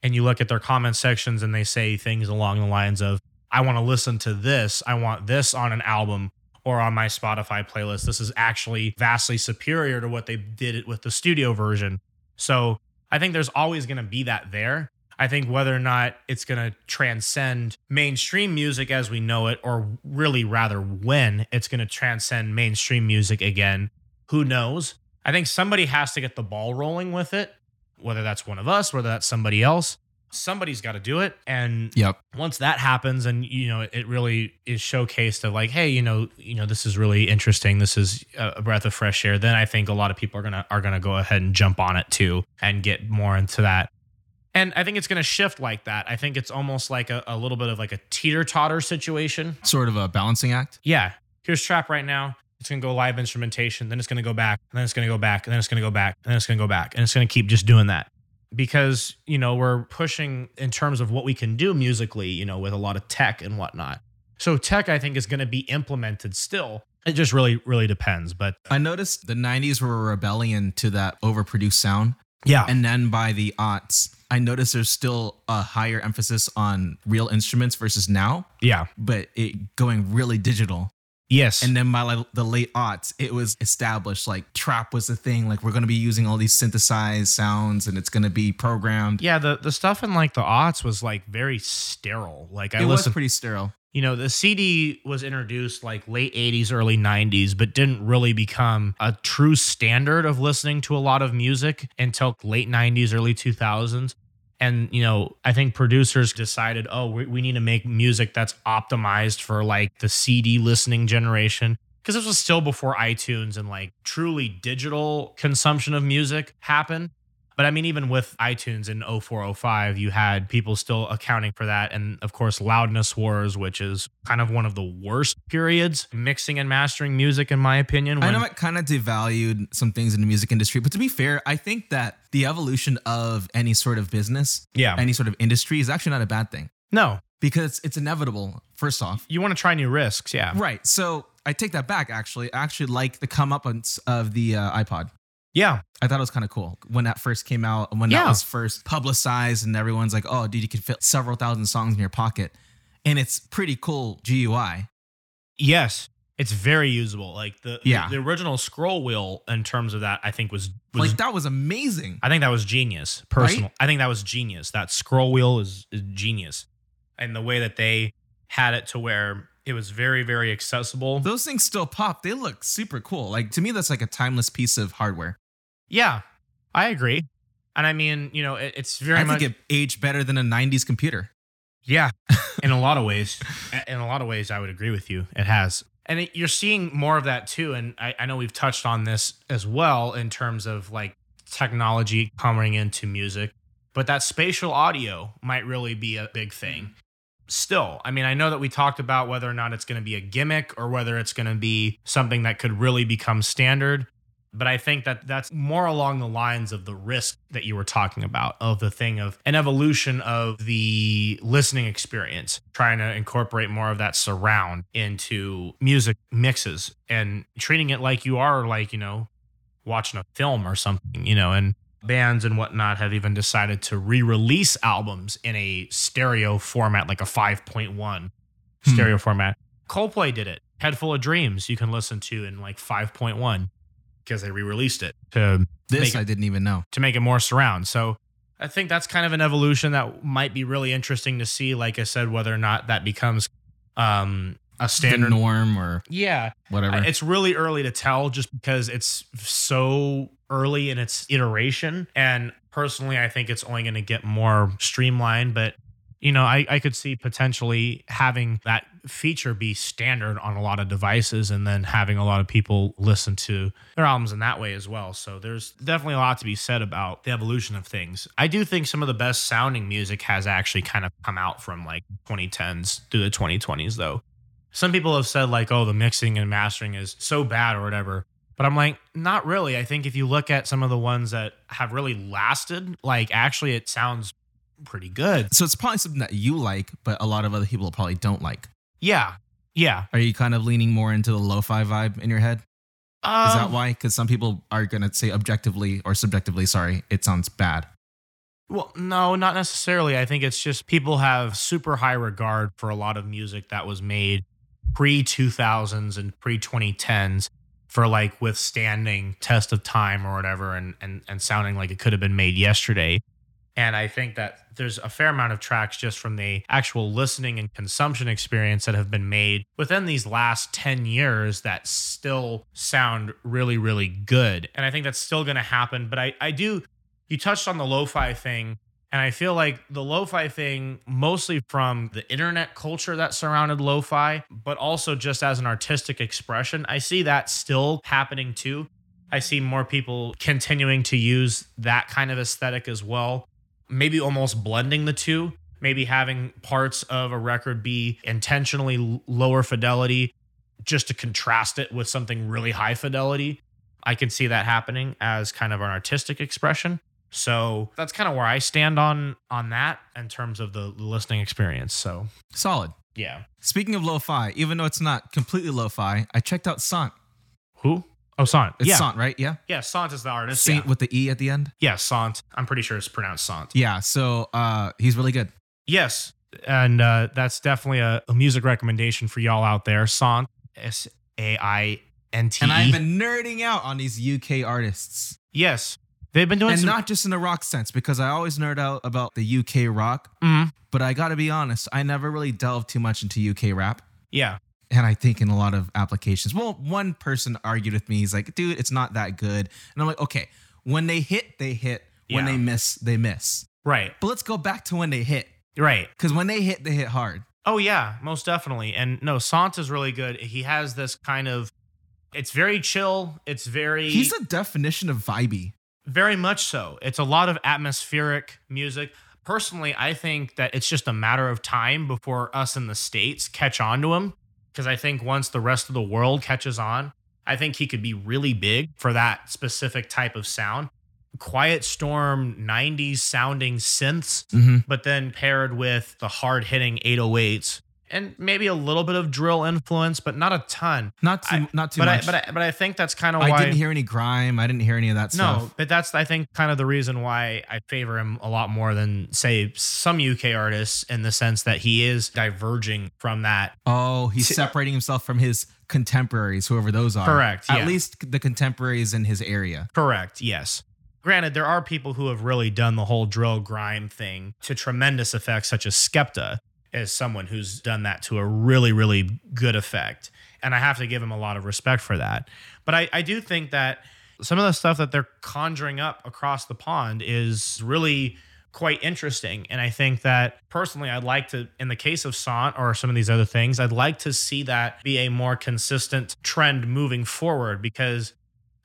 S2: and you look at their comment sections and they say things along the lines of, I want to listen to this. I want this on an album or on my Spotify playlist. This is actually vastly superior to what they did it with the studio version. So I think there's always going to be that there. I think whether or not it's going to transcend mainstream music as we know it, or really rather when it's going to transcend mainstream music again, who knows? I think somebody has to get the ball rolling with it, whether that's one of us, whether that's somebody else. Somebody's got to do it. And
S1: yeah yep
S2: once that happens and you know it really is showcased of like hey you know you know this is really interesting this is a a breath of fresh air then i think a lot of people are gonna are gonna go ahead and jump on it too and get more into that and i think it's gonna shift like that i think it's almost like a, a little bit of like a teeter-totter situation
S1: sort of a balancing act
S2: yeah here's trap right now. It's gonna go live instrumentation, then it's gonna go back, and then it's gonna go back, and then it's gonna go back, and then it's gonna go back, and it's gonna keep just doing that. Because, you know, we're pushing in terms of what we can do musically, you know, with a lot of tech and whatnot. So tech, I think, is gonna be implemented still. It just really, really depends. But
S1: I noticed the 90s were a rebellion to that overproduced sound.
S2: yeah.
S1: And then by the aughts, I noticed there's still a higher emphasis on real instruments versus now,
S2: yeah.
S1: but it going really digital.
S2: Yes.
S1: And then by like, the late aughts, it was established like trap was the thing. Like we're going to be using all these synthesized sounds and it's going to be programmed.
S2: yeah, the, the stuff in like the aughts was like very sterile. Like I
S1: it was
S2: listened
S1: pretty sterile.
S2: you know, the CD was introduced like late 80s, early 90s, but didn't really become a true standard of listening to a lot of music until late 90s, early 2000s. And, you know, I think producers decided, oh, we, we need to make music that's optimized for like the CD listening generation. Because this was still before iTunes and like truly digital consumption of music happened. But I mean, even with iTunes in 0405, you had people still accounting for that. And of course, loudness wars, which is kind of one of the worst periods mixing and mastering music, in my opinion.
S1: I
S2: when-
S1: know it kind of devalued some things in the music industry, but to be fair, I think that the evolution of any sort of business,
S2: yeah.
S1: any sort of industry is actually not a bad thing
S2: no,
S1: because it's inevitable, first off.
S2: you want to try new risks. Yeah.
S1: Right. So I take that back. Actually, I actually like the come up of the uh, iPod.
S2: Yeah.
S1: I thought it was kind of cool when that first came out and when
S2: Yeah.
S1: that was first publicized, and everyone's like, "Oh, dude, you can fit several thousand songs in your pocket," and it's pretty cool GUI.
S2: Yes. It's very usable. Like the,
S1: Yeah.
S2: the, the original scroll wheel, in terms of that, I think was, was
S1: Like that was amazing.
S2: I think that was genius. Personal. I think that was genius. That scroll wheel is, is genius. And the way that they had it to where it was very, very accessible.
S1: Those things still pop. They look super cool. Like to me, that's like a timeless piece of hardware.
S2: Yeah, I agree. And I mean, you know, it, it's very
S1: I
S2: much
S1: think it aged better than a '90s computer.
S2: yeah. In a lot of ways, in a lot of ways, I would agree with you. It has, and it, you're seeing more of that too. And I, I know we've touched on this as well in terms of like technology coming into music, but that spatial audio might really be a big thing. Still, I mean, I know that we talked about whether or not it's going to be a gimmick or whether it's going to be something that could really become standard. But I think that that's more along the lines of the risk that you were talking about, of the thing of an evolution of the listening experience, trying to incorporate more of that surround into music mixes and treating it like you are, like, you know, watching a film or something, you know, and bands and whatnot have even decided to re release albums in a stereo format, like a 5.1
S1: Hmm.
S2: stereo format. Coldplay did it. Head Full of Dreams, you can listen to in like 5.1 because they re-released it to
S1: This
S2: Make it-
S1: I didn't even know.
S2: to make it more surround. So I think that's kind of an evolution that might be really interesting to see. Like I said, whether or not that becomes um, a standard.
S1: the norm or
S2: yeah,
S1: whatever.
S2: it's really early to tell, just because it's so early in its iteration. And personally, I think it's only going to get more streamlined. But you know, I, I could see potentially having that feature be standard on a lot of devices and then having a lot of people listen to their albums in that way as well. So there's definitely a lot to be said about the evolution of things. I do think some of the best sounding music has actually kind of come out from like 2010s through the 2020s though. Some people have said like oh the mixing and mastering is so bad or whatever. But I'm like, not really. I think if you look at some of the ones that have really lasted, like actually it sounds pretty good.
S1: so it's probably something that you like, but a lot of other people probably don't like.
S2: Yeah. Yeah.
S1: Are you kind of leaning more into the lo-fi vibe in your head?
S2: Um,
S1: Is that why? Because some people are gonna say objectively or subjectively, sorry, it sounds bad.
S2: Well, no, not necessarily. I think it's just people have super high regard for a lot of music that was made pre 2000s and pre 2010s for like withstanding test of time or whatever and, and, and sounding like it could have been made yesterday. And I think that there's a fair amount of tracks just from the actual listening and consumption experience that have been made within these last 10 years that still sound really, really good. And I think that's still going to happen. But I, I do, you touched on the lo fi thing. And I feel like the lo fi thing, mostly from the internet culture that surrounded lo fi, but also just as an artistic expression, I see that still happening too. I see more people continuing to use that kind of aesthetic as well. Maybe almost blending the two, maybe having parts of a record be intentionally l- lower fidelity just to contrast it with something really high fidelity. I can see that happening as kind of an artistic expression. So that's kind of where I stand on on that in terms of the listening experience. So
S1: Solid.
S2: yeah.
S1: Speaking of lo-fi, even though it's not completely lo-fi, I checked out Sant.
S2: Who? Oh, Sant.
S1: It's
S2: yeah.
S1: Sant, right? Yeah.
S2: Yeah, Sant is the artist.
S1: Sant
S2: yeah.
S1: with the E at the end.
S2: yeah, Sant. I'm pretty sure it's pronounced Sant.
S1: Yeah. So uh, he's really good.
S2: Yes. And uh, that's definitely a, a music recommendation for y'all out there. Sant, S A I N T. E.
S1: And I've been nerding out on these UK artists.
S2: Yes. They've been doing
S1: and
S2: some.
S1: not just in a rock sense, because I always nerd out about the UK rock.
S2: Mhm.
S1: But I got to be honest, I never really delved too much into UK rap.
S2: yeah.
S1: And I think in a lot of applications, well, one person argued with me. He's like, dude, it's not that good. And I'm like, okay, when they hit, they hit. When
S2: Yeah.
S1: they miss, they miss.
S2: Right.
S1: But let's go back to when they hit.
S2: Right.
S1: Because when they hit, they hit hard.
S2: Oh yeah, most definitely. And no, Sant is really good. He has this kind of it's very chill. It's very
S1: He's the definition of vibey.
S2: very much so. It's a lot of atmospheric music. Personally, I think that it's just a matter of time before us in the states catch on to him because I think once the rest of the world catches on, I think he could be really big for that specific type of sound. Quiet Storm 90s sounding synths
S1: Mm-hmm.
S2: but then paired with the hard hitting 808s and maybe a little bit of drill influence, but not a ton.
S1: Not too,
S2: I-
S1: not too
S2: but
S1: much.
S2: I, but I, but I think that's kind of
S1: I
S2: why.
S1: didn't hear any grime. I didn't hear any of that
S2: no,
S1: stuff.
S2: but that's I think kind of the reason why I favor him a lot more than say some UK artists in the sense that he is diverging from that.
S1: Oh, he's separating himself from his contemporaries, whoever those are.
S2: Correct,
S1: At
S2: yeah.
S1: least the contemporaries in his area.
S2: Correct. Yes. Granted, there are people who have really done the whole drill grime thing to tremendous effects, such as Skepta, as someone who's done that to a really, really good effect. And I have to give him a lot of respect for that. But I, I do think that some of the stuff that they're conjuring up across the pond is really quite interesting. And I think that personally, I'd like to, in the case of Sant or some of these other things, I'd like to see that be a more consistent trend moving forward because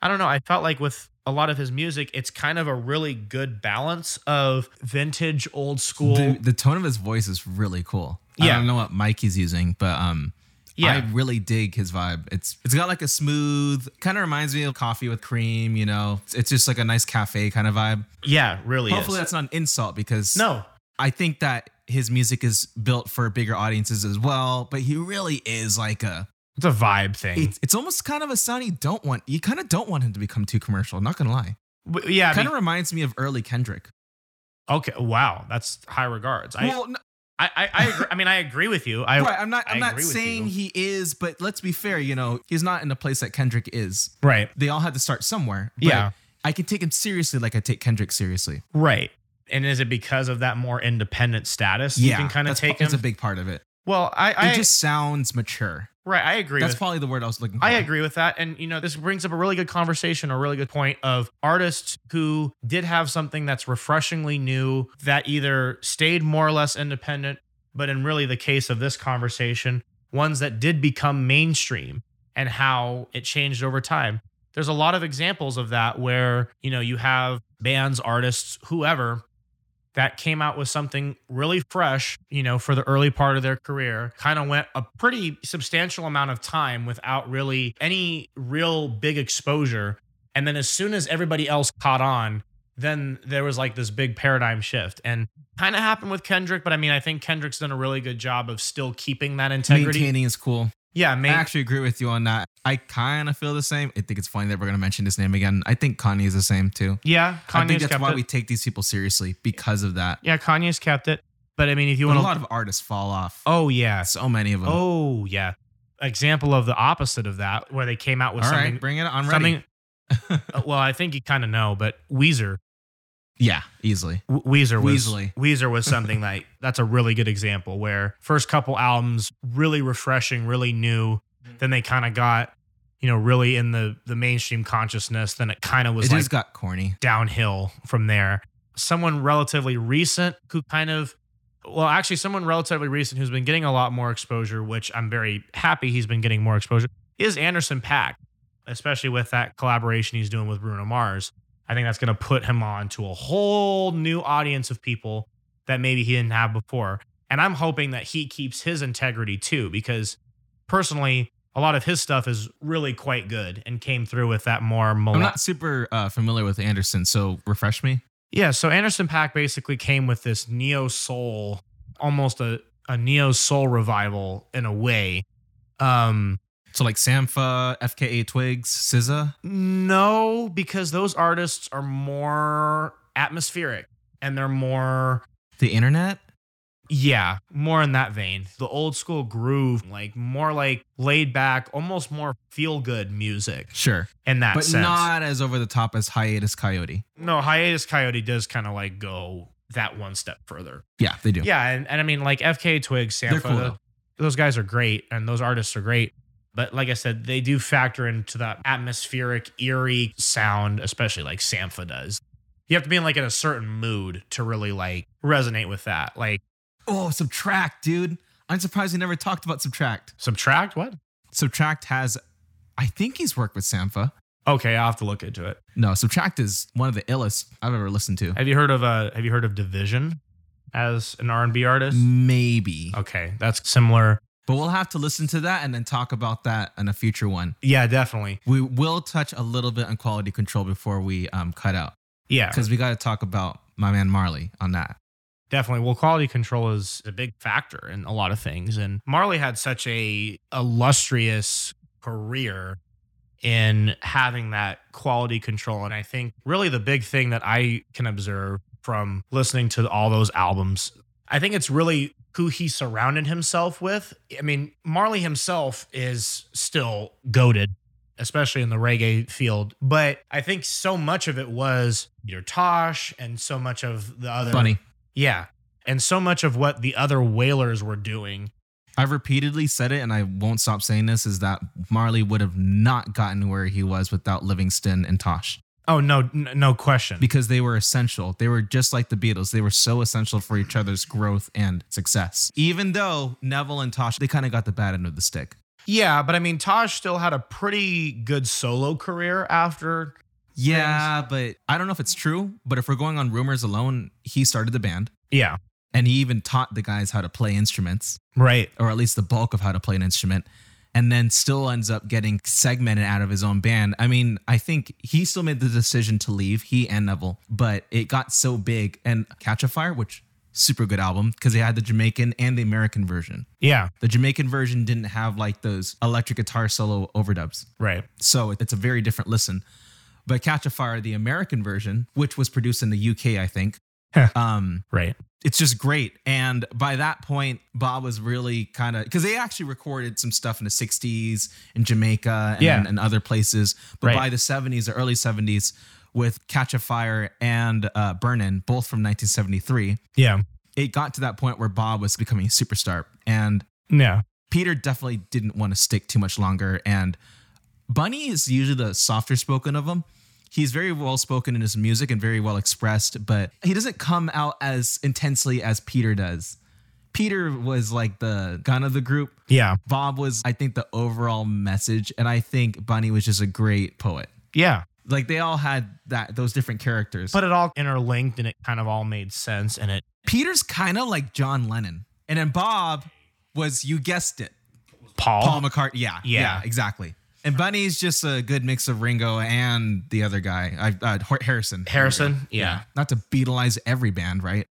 S2: I don't know. I felt like with a lot of his music, it's kind of a really good balance of vintage, old school.
S1: The, the tone of his voice is really cool. I
S2: Yeah.
S1: don't know what mic he's using, but um,
S2: yeah.
S1: I really dig his vibe. It's it's got like a smooth, kind of reminds me of coffee with cream. You know, it's, it's just like a nice cafe kind of vibe.
S2: yeah, really
S1: Hopefully,
S2: is.
S1: that's not an insult because
S2: No.
S1: I think that his music is built for bigger audiences as well. But he really is like a
S2: It's a vibe thing.
S1: it's, it's almost kind of a sound you don't want. You kind of don't want him to become too commercial. Not gonna lie,
S2: W- yeah. I
S1: kind
S2: mean-
S1: of reminds me of early Kendrick.
S2: okay. Wow. That's high regards. I,
S1: well, no,
S2: I, I, I, agree, I mean, I agree with you. I,
S1: right, I'm not.
S2: I
S1: I'm not
S2: agree with
S1: saying
S2: you.
S1: he is, but let's be fair. You know, he's not in a place that Kendrick is.
S2: right.
S1: They all had to start somewhere. but
S2: Yeah.
S1: I can take him seriously, like I take Kendrick seriously.
S2: Right. And is it because of that more independent status you can kind of
S1: that's,
S2: take
S1: That's
S2: him?
S1: a big part of it.
S2: well, I,
S1: It
S2: I
S1: just sounds mature.
S2: right. I agree.
S1: That's
S2: with,
S1: probably the word I was looking for.
S2: I agree with that. And, you know, this brings up a really good conversation, a really good point of artists who did have something that's refreshingly new that either stayed more or less independent, but in really the case of this conversation, ones that did become mainstream and how it changed over time. There's a lot of examples of that where, you know, you have bands, artists, whoever that came out with something really fresh, you know, for the early part of their career, kind of went a pretty substantial amount of time without really any real big exposure. And then as soon as everybody else caught on, then there was like this big paradigm shift and kind of happened with Kendrick. But I mean, I think Kendrick's done a really good job of still keeping that integrity.
S1: Maintaining is cool.
S2: Yeah, main-
S1: I actually agree with you on that. I kind of feel the same. I think it's funny that we're gonna mention his name again. I think Kanye is the same too.
S2: yeah,
S1: I
S2: Kanye's
S1: think that's
S2: kept
S1: why
S2: it.
S1: we take these people seriously because of that.
S2: yeah, Kanye's kept it. But I mean, if you
S1: But
S2: want
S1: a
S2: to,
S1: lot of artists fall off.
S2: oh yeah,
S1: so many of them. All
S2: Oh yeah. Example of the opposite of that, where they came out with
S1: right,
S2: something.
S1: bring it on. I'm ready.
S2: something. Uh, well, I think you kind of know, but Weezer,
S1: Yeah, easily.
S2: w- Weezer was
S1: Weasley. *laughs*
S2: Weezer was something like that's a really good example where first couple albums really refreshing, really new.
S1: Mm-hmm.
S2: Then they kind of got, you know, really in the the mainstream consciousness. Then it kind of
S1: It
S2: was
S1: just
S2: like
S1: got corny.
S2: downhill from there. Someone relatively recent who kind of, well, actually, someone relatively recent who's been getting a lot more exposure, which I'm very happy he's been getting more exposure, is Anderson Pack, especially with that collaboration he's doing with Bruno Mars. I think that's going to put him on to a whole new audience of people that maybe he didn't have before. And I'm hoping that he keeps his integrity too, because personally, a lot of his stuff is really quite good and came through with that more melo-
S1: I'm not super uh, familiar with Anderson, so refresh me.
S2: Yeah, so Anderson Pack basically came with this neo soul, almost a, a neo soul revival in a way. Um,
S1: So like Sampha, FKA Twigs, SZA.
S2: no, because those artists are more atmospheric and they're more,
S1: The internet?
S2: yeah, more in that vein. The old school groove, like more like laid back, almost more feel good music
S1: Sure.
S2: in that
S1: But
S2: sense.
S1: not as over the top as Hiatus Coyote.
S2: no, Hiatus Coyote does kind of like go that one step further.
S1: Yeah, they do.
S2: Yeah, and, and I mean like FK Twigs,
S1: They're
S2: Sampha,
S1: cool, though.
S2: those guys are great and those artists are great. But like I said, they do factor into that atmospheric, eerie sound, especially like Sampha does. You have to be in like in a certain mood to really like resonate with that. Like
S1: Oh, Subtract, dude. I'm surprised you never talked about Subtract.
S2: subtract what?
S1: Subtract has, I think he's worked with Sampha.
S2: Okay, I'll have to look into it.
S1: No, Subtract is one of the illest I've ever listened to.
S2: Have you heard of uh have you heard of Division as an R and B artist?
S1: Maybe.
S2: Okay, that's similar.
S1: But we'll have to listen to that and then talk about that in a future one.
S2: Yeah, definitely.
S1: We will touch a little bit on quality control before we um, cut out
S2: Yeah.
S1: because we got to talk about my man Marley on that.
S2: Definitely. Well, quality control is a big factor in a lot of things. And Marley had such a illustrious career in having that quality control. And I think really the big thing that I can observe from listening to all those albums, I think it's really who he surrounded himself with. I mean, Marley himself is still goaded especially in the reggae field. But I think so much of it was your Tosh and so much of the other
S1: Funny.
S2: yeah. And so much of what the other whalers were doing.
S1: I've repeatedly said it and I won't stop saying this is that Marley would have not gotten where he was without Livingston and Tosh
S2: Oh no, n- no question.
S1: because they were essential. They were just like the Beatles. They were so essential for each other's growth and success. Even though Neville and Tosh, they kind of got the bad end of the stick.
S2: yeah, but I mean, Taj still had a pretty good solo career after.
S1: Yeah, but I don't know if it's true, but if we're going on rumors alone, he started the band
S2: Yeah,
S1: and he even taught the guys how to play instruments.
S2: right.
S1: or at least the bulk of how to play an instrument, and then still ends up getting segmented out of his own band. I mean, I think he still made the decision to leave, he and Neville, but it got so big. And Catch a Fire, which super good album because they had the Jamaican and the American version.
S2: Yeah,
S1: The Jamaican version didn't have like those electric guitar solo overdubs.
S2: right.
S1: So it's a very different listen. But Catch a Fire, the American version, which was produced in the UK, I think. um,
S2: Right.
S1: it's just great. And by that point, Bob was really kind of because they actually recorded some stuff in the 60s in Jamaica and,
S2: Yeah.
S1: and other places. But
S2: Right.
S1: by the 70s or early 70s, with Catch a Fire and uh, Burn In, both from 1973,
S2: Yeah.
S1: it got to that point where Bob was becoming a superstar. And
S2: Yeah.
S1: Peter definitely didn't want to stick too much longer. And Bunny is usually the softer spoken of him. He's very well spoken in his music and very well expressed, but he doesn't come out as intensely as Peter does. Peter was like the gun of the group.
S2: Yeah.
S1: Bob was, I think, the overall message. And I think Bunny was just a great poet.
S2: Yeah.
S1: Like they all had that those different characters.
S2: But it all interlinked and it kind of all made sense. And it,
S1: Peter's kind of like John Lennon. And then Bob was, you guessed it,
S2: Paul,
S1: Paul McCartney. Yeah,
S2: Yeah.
S1: exactly. And Bunny's just a good mix of Ringo and the other guy, I, uh, Har- Harrison.
S2: Harrison. Yeah.
S1: Not to Beatleize every band,
S2: *laughs*
S1: right?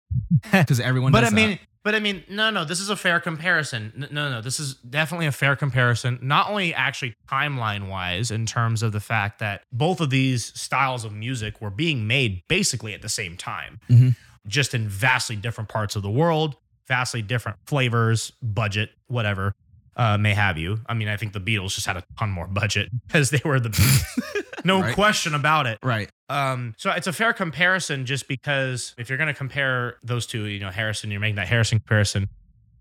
S1: Because everyone.
S2: But I
S1: does
S2: mean,
S1: that.
S2: but I mean, no, no, this is a fair comparison. N- No, no, this is definitely a fair comparison. Not only actually timeline wise, in terms of the fact that both of these styles of music were being made basically at the same time,
S1: Mhm.
S2: just in vastly different parts of the world, vastly different flavors, budget, whatever. Uh, may have you. I mean, I think the Beatles just had a ton more budget *laughs* because they
S1: *laughs*
S2: were the no
S1: Right.
S2: question about it.
S1: right?
S2: Um, so it's a fair comparison just because if you're going to compare those two, you know, Harrison, you're making that Harrison comparison,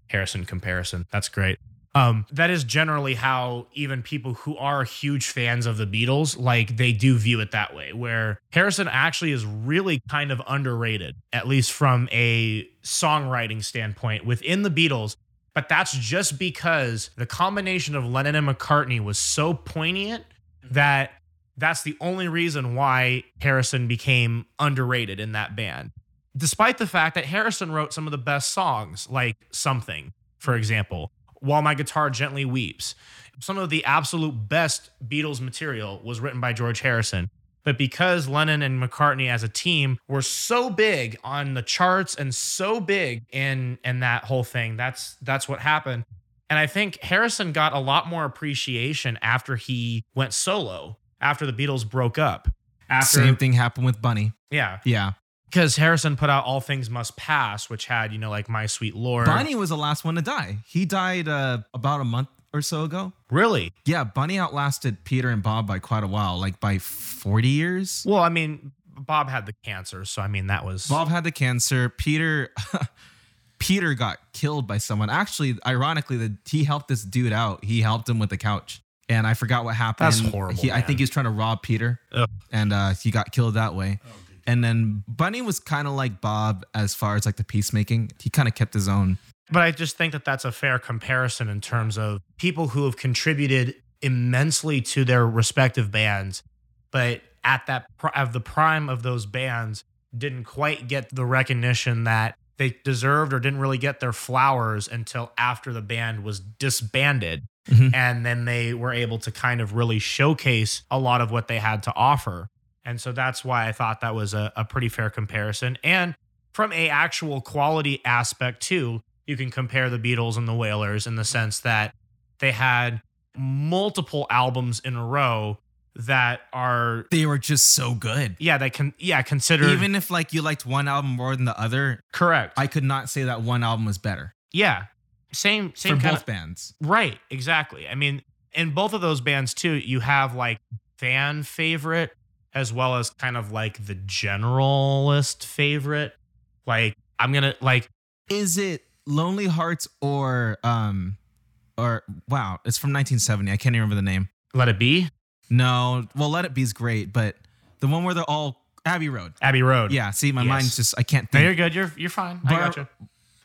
S2: Harrison comparison. That's great. Um, that is generally how even people who are huge fans of the Beatles, like they do view it that way, where Harrison actually is really kind of underrated, at least from a songwriting standpoint within the Beatles. But that's just because the combination of Lennon and McCartney was so poignant that that's the only reason why Harrison became underrated in that band. Despite the fact that Harrison wrote some of the best songs, like Something, for example, While My Guitar Gently Weeps. Some of the absolute best Beatles material was written by George Harrison. But because Lennon and McCartney as a team were so big on the charts and so big in in that whole thing, that's that's what happened. And I think Harrison got a lot more appreciation after he went solo, after the Beatles broke up. After
S1: Same thing happened with Bunny.
S2: yeah,
S1: Yeah.
S2: because Harrison put out All Things Must Pass, which had, you know, like My Sweet Lord.
S1: Bunny was the last one to die. He died uh, about a month or so ago.
S2: Really?
S1: Yeah, Bunny outlasted Peter and Bob by quite a while, like by 40 years.
S2: Well, I mean, Bob had the cancer, so I mean that was
S1: Bob had the cancer. Peter *laughs* Peter got killed by someone. Actually, ironically, the, he helped this dude out. He helped him with the couch. And I forgot what happened.
S2: That's horrible,
S1: He, I
S2: man.
S1: think he was trying to rob Peter,
S2: Ugh. Oh,
S1: and uh, he got killed that way. and then Bunny was kind of like Bob as far as like the peacemaking. He kind of kept his own.
S2: But I just think that that's a fair comparison in terms of people who have contributed immensely to their respective bands, but at that pr- of the prime of those bands didn't quite get the recognition that they deserved or didn't really get their flowers until after the band was disbanded.
S1: Mhm.
S2: And then they were able to kind of really showcase a lot of what they had to offer. And so that's why I thought that was a, a pretty fair comparison. And from a actual quality aspect too, you can compare the Beatles and the Wailers in the sense that they had multiple albums in a row that are
S1: They were just so good.
S2: yeah they can yeah considered
S1: Even if like you liked one album more than the other,
S2: correct
S1: I could not say that one album was better
S2: yeah same same
S1: for
S2: kind
S1: both bands.
S2: of right exactly I mean in both of those bands too you have like fan favorite as well as kind of like the generalist favorite like I'm gonna like
S1: Is it Lonely Hearts or um or wow, it's from 1970. I can't even remember the name.
S2: let it be
S1: No, well, Let It Be's great, but the one where they're all Abbey Road.
S2: Abbey Road
S1: Yeah, see, my
S2: Yes.
S1: mind's just I can't
S2: no you're
S1: think.
S2: good you're you're fine I
S1: But-
S2: gotcha.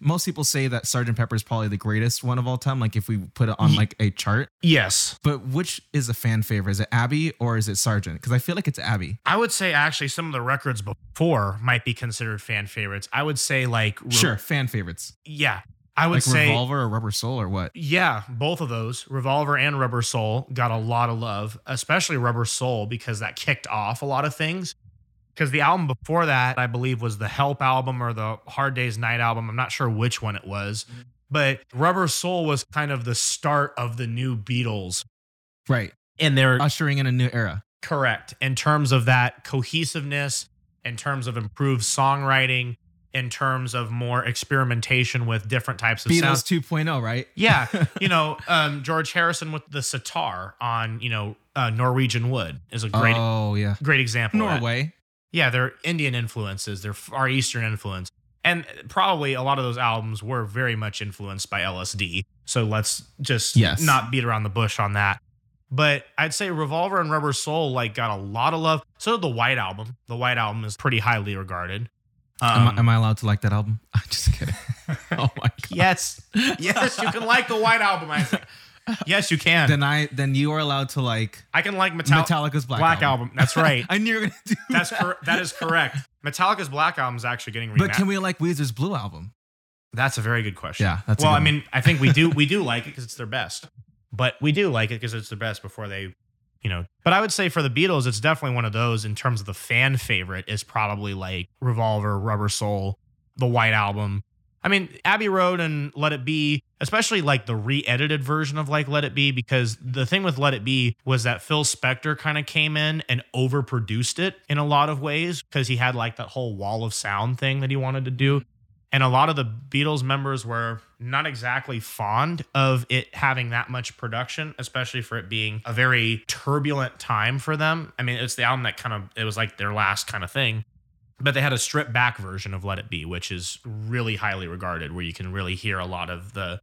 S1: Most people say that Sergeant Pepper is probably the greatest one of all time. Like if we put it on
S2: Ye-
S1: like a chart,
S2: Yes.
S1: but which is a fan favorite? Is it Abbey or is it Sergeant? Because I feel like it's Abbey.
S2: I would say actually some of the records before might be considered fan favorites. I would say like Re-
S1: Sure, fan favorites
S2: Yeah. I would
S1: like
S2: say
S1: Revolver or Rubber Soul or what?
S2: yeah, both of those, Revolver and Rubber Soul got a lot of love, especially Rubber Soul because that kicked off a lot of things. Cuz the album before that, I believe was the Help album or the Hard Days Night album. I'm not sure which one it was. But Rubber Soul was kind of the start of the new Beatles
S1: Right,
S2: and their
S1: ushering in a new era.
S2: Correct. In terms of that cohesiveness, in terms of improved songwriting, in terms of more experimentation with different types of
S1: Beatles
S2: sounds.
S1: 2.0, right? *laughs*
S2: Yeah, you know, um, George Harrison with the sitar on, you know, uh, Norwegian Wood is a great,
S1: Oh yeah,
S2: great example. of that.
S1: Norway.
S2: Yeah, they're Indian influences, they're Far Eastern influence, and probably a lot of those albums were very much influenced by LSD. So let's just
S1: Yes.
S2: not beat around the bush on that. But I'd say Revolver and Rubber Soul like got a lot of love. So did the White Album. The White Album is pretty highly regarded.
S1: am,
S2: Um,
S1: I, am I allowed to like that album? *laughs* I'm just kidding. oh my god. *laughs*
S2: yes, yes, you can like the White Album. I think. Yes, you can.
S1: Then I then you are allowed to like
S2: I can like Metal-
S1: Metallica's Black,
S2: Black Album. That's right.
S1: *laughs* I knew you were gonna do
S2: That's
S1: that.
S2: cor- that is correct. Metallica's Black Album is actually getting remastered.
S1: But can we like Weezer's Blue album?
S2: That's a very good question.
S1: Yeah, that's a
S2: well,
S1: good
S2: I mean, I think we do
S1: *laughs*
S2: we do like it because it's their best, but we do like it because it's the best before they, you know. But I would say for the Beatles, it's definitely one of those in terms of the fan favorite is probably like Revolver, Rubber Soul, the White Album. I mean, Abbey Road and Let It Be, especially like the re-edited version of like Let It Be, because the thing with Let It Be was that Phil Spector kind of came in and overproduced it in a lot of ways because he had like that whole wall of sound thing that he wanted to do. And a lot of the Beatles members were not exactly fond of it having that much production, especially for it being a very turbulent time for them. I mean, it's the album that kind of, it was like their last kind of thing. But they had a stripped back version of Let It Be, which is really highly regarded, where you can really hear a lot of the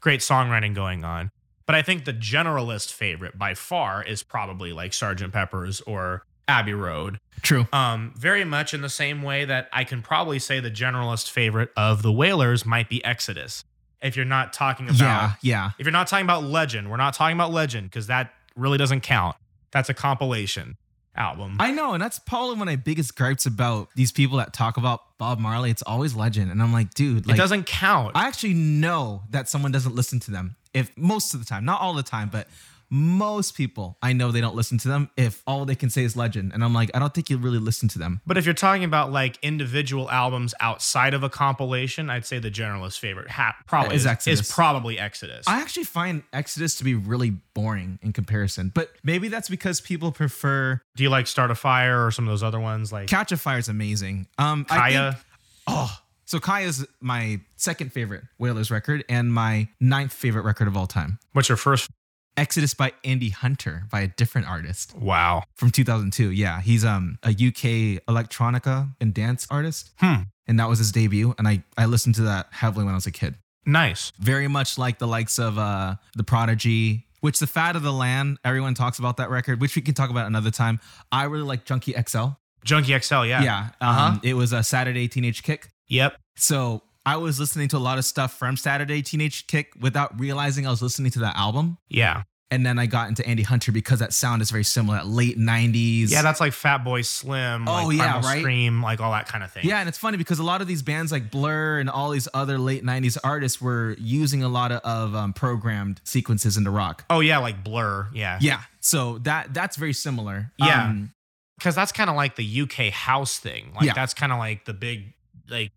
S2: great songwriting going on. But I think the generalist favorite by far is probably like Sgt. Pepper's or Abbey Road
S1: True.
S2: um, very much in the same way that I can probably say the generalist favorite of the Whalers might be Exodus. If you're not talking about
S1: Yeah, yeah.
S2: if you're not talking about Legend, we're not talking about Legend because that really doesn't count. That's a compilation. album.
S1: I know, and that's probably one of my biggest gripes about these people that talk about Bob Marley. It's always legend, and I'm like, dude,
S2: it
S1: like
S2: doesn't count.
S1: I actually know that someone doesn't listen to them if most of the time, not all the time, but most people I know they don't listen to them if all they can say is legend. And I'm like, I don't think you really listen to them.
S2: but if you're talking about like individual albums outside of a compilation, I'd say the generalist favorite ha- probably
S1: Is
S2: is, is,
S1: Exodus.
S2: probably Exodus.
S1: I actually find Exodus to be really boring in comparison, but maybe that's because people prefer
S2: Do you like Start a Fire or some of those other ones like
S1: Catch a Fire is amazing. Um, I think-
S2: Kaya?
S1: Oh, so Kaya's my second favorite Whalers record and my ninth favorite record of all time.
S2: What's your first?
S1: Exodus by Andy Hunter by a different artist
S2: Wow.
S1: from 2002. Yeah, he's um a UK electronica and dance artist.
S2: Hmm.
S1: And that was his debut. And I, I listened to that heavily when I was a kid.
S2: Nice.
S1: Very much like the likes of uh, The Prodigy, which The Fat of the Land, everyone talks about that record, which we can talk about another time. I really like Junkie XL.
S2: Junkie XL, yeah.
S1: Yeah. Um,
S2: Uh-huh.
S1: It was a Saturday Teenage Kick.
S2: Yep.
S1: So I was listening to a lot of stuff from Saturday Teenage Kick without realizing I was listening to that album.
S2: Yeah.
S1: And then I got into Andy Hunter because that sound is very similar, that late 90s.
S2: Yeah, that's like Fat Boy Slim,
S1: Oh,
S2: like
S1: yeah,
S2: Primal
S1: right?
S2: Scream, like all that kind of thing.
S1: Yeah, and it's funny because a lot of these bands like Blur and all these other late 90s artists were using a lot of um, programmed sequences into rock.
S2: Oh yeah, like Blur. Yeah.
S1: Yeah. So that that's very similar.
S2: Yeah.
S1: Um,
S2: Because that's kind of like the UK house thing. Like
S1: Yeah.
S2: that's kind of like the big like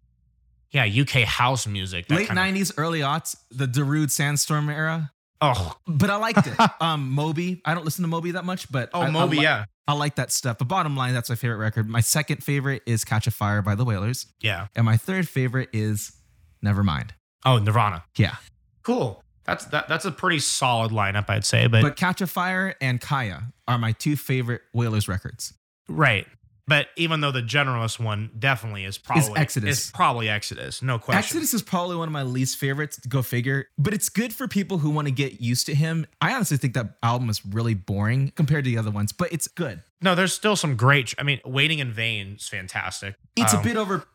S2: yeah, UK house music. That
S1: late
S2: kinda-
S1: 90s, early aughts, the Darude Sandstorm era.
S2: Oh,
S1: But I liked it.
S2: *laughs*
S1: um, Moby. I don't listen to Moby that much, but
S2: oh,
S1: I, I
S2: Moby,
S1: li-
S2: yeah.
S1: I like that stuff. But bottom line, that's my favorite record. My second favorite is Catch a Fire by the Wailers.
S2: Yeah.
S1: And my third favorite is Nevermind.
S2: Oh, Nirvana.
S1: Yeah.
S2: Cool. That's that that's a pretty solid lineup, I'd say. But,
S1: But Catch a Fire and Kaya are my two favorite Wailers records.
S2: right. But even though the generalist one definitely is probably
S1: Exodus.
S2: is probably Exodus, no question.
S1: Exodus is probably one of my least favorites, go figure. But it's good for people who want to get used to him. I honestly think that album is really boring compared to the other ones, but it's good.
S2: No, there's still some great. I mean, Waiting in Vain is fantastic.
S1: It's a
S2: Um,
S1: bit over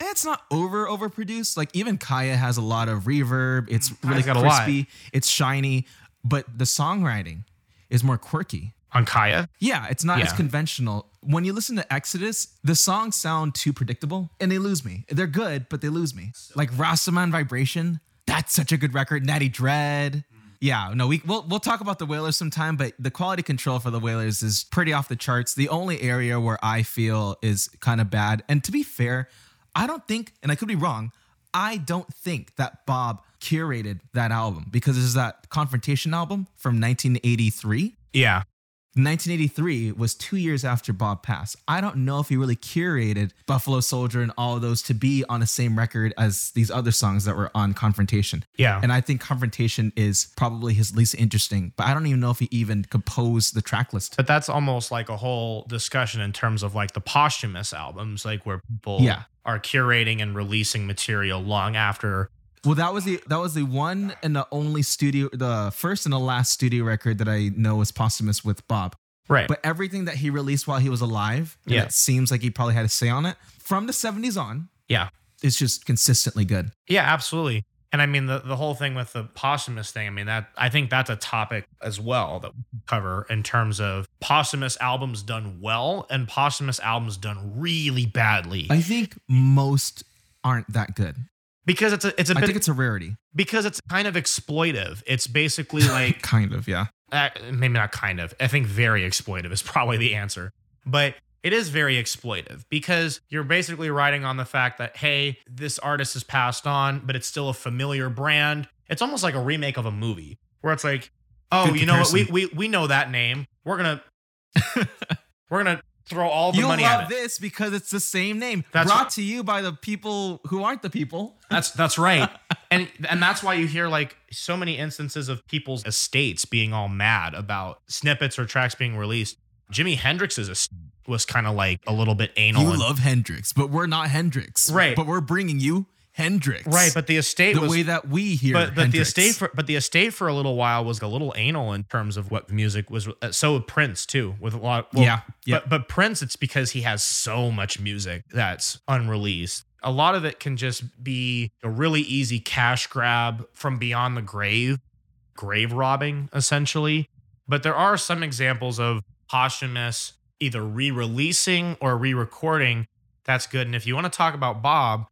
S1: it's not over overproduced. Like even Kaya has a lot of reverb. It's really
S2: got a lot.
S1: crispy. It's shiny. But the songwriting is more quirky.
S2: on Kaya.
S1: Yeah, it's not as
S2: Yeah.
S1: conventional. When you listen to Exodus, the songs sound too predictable and they lose me. They're good, but they lose me. Like Rastaman Vibration, that's such a good record. Natty Dread. Yeah, no, we we'll, we'll talk about the Whalers sometime, but the quality control for the Whalers is pretty off the charts. The only area where I feel is kind of bad, and to be fair, I don't think, and I could be wrong, I don't think that Bob curated that album because there's that confrontation album from 1983.
S2: Yeah.
S1: 1983 was two years after Bob passed. I don't know if he really curated Buffalo Soldier and all of those to be on the same record as these other songs that were on Confrontation.
S2: Yeah.
S1: And I think Confrontation is probably his least interesting, but I don't even know if he even composed the track list.
S2: but that's almost like a whole discussion in terms of like the posthumous albums, like where people
S1: Yeah.
S2: are curating and releasing material long after.
S1: Well, that was the that was the one and the only studio, the first and the last studio record that I know was posthumous with Bob.
S2: Right.
S1: But everything that he released while he was alive, and
S2: Yeah.
S1: it seems like he probably had a say on it from the 70s on.
S2: Yeah.
S1: it's just consistently good.
S2: yeah, absolutely. And I mean the, the whole thing with the posthumous thing, I mean that I think that's a topic as well that we could cover in terms of posthumous albums done well and posthumous albums done really badly.
S1: I think most aren't that good.
S2: because it's a it's a
S1: I
S2: bit
S1: think it's a rarity.
S2: because it's kind of exploitive. It's
S1: *laughs*
S2: basically like
S1: Kind of, yeah.
S2: uh, maybe not kind of. I think very exploitive is *laughs* probably the answer. But it is very exploitive because you're basically writing on the fact that, hey, this artist has passed on, but it's still a familiar brand. It's almost like a remake of a movie where it's like, oh,
S1: Good
S2: you know what? We,
S1: comparison.
S2: we, we know that name. We're going
S1: *laughs*
S2: to. We're gonna throw all the
S1: You'll
S2: money at
S1: love
S2: it.
S1: this because it's the same name.
S2: That's
S1: brought
S2: right.
S1: to you by the people who aren't the people.
S2: That's that's right. And and that's why you hear like so many instances of people's estates being all mad about snippets or tracks being released. Jimi Hendrix's estate was kind of like a little bit anal. and-
S1: Hendrix, but we're not Hendrix.
S2: Right.
S1: we're bringing you Hendrix.
S2: right, but the estate
S1: the
S2: was
S1: way that we hear
S2: but, but the
S1: Hendrix.
S2: estate for, but the estate for a little while was a little anal in terms of what music was uh, so with Prince too with a lot well,
S1: yeah. Yeah.
S2: But but Prince, it's because he has so much music that's unreleased. A lot of it can just be a really easy cash grab from beyond the grave, grave robbing essentially. But there are some examples of posthumous either re-releasing or re-recording, that's good. And if you want to talk about Bob,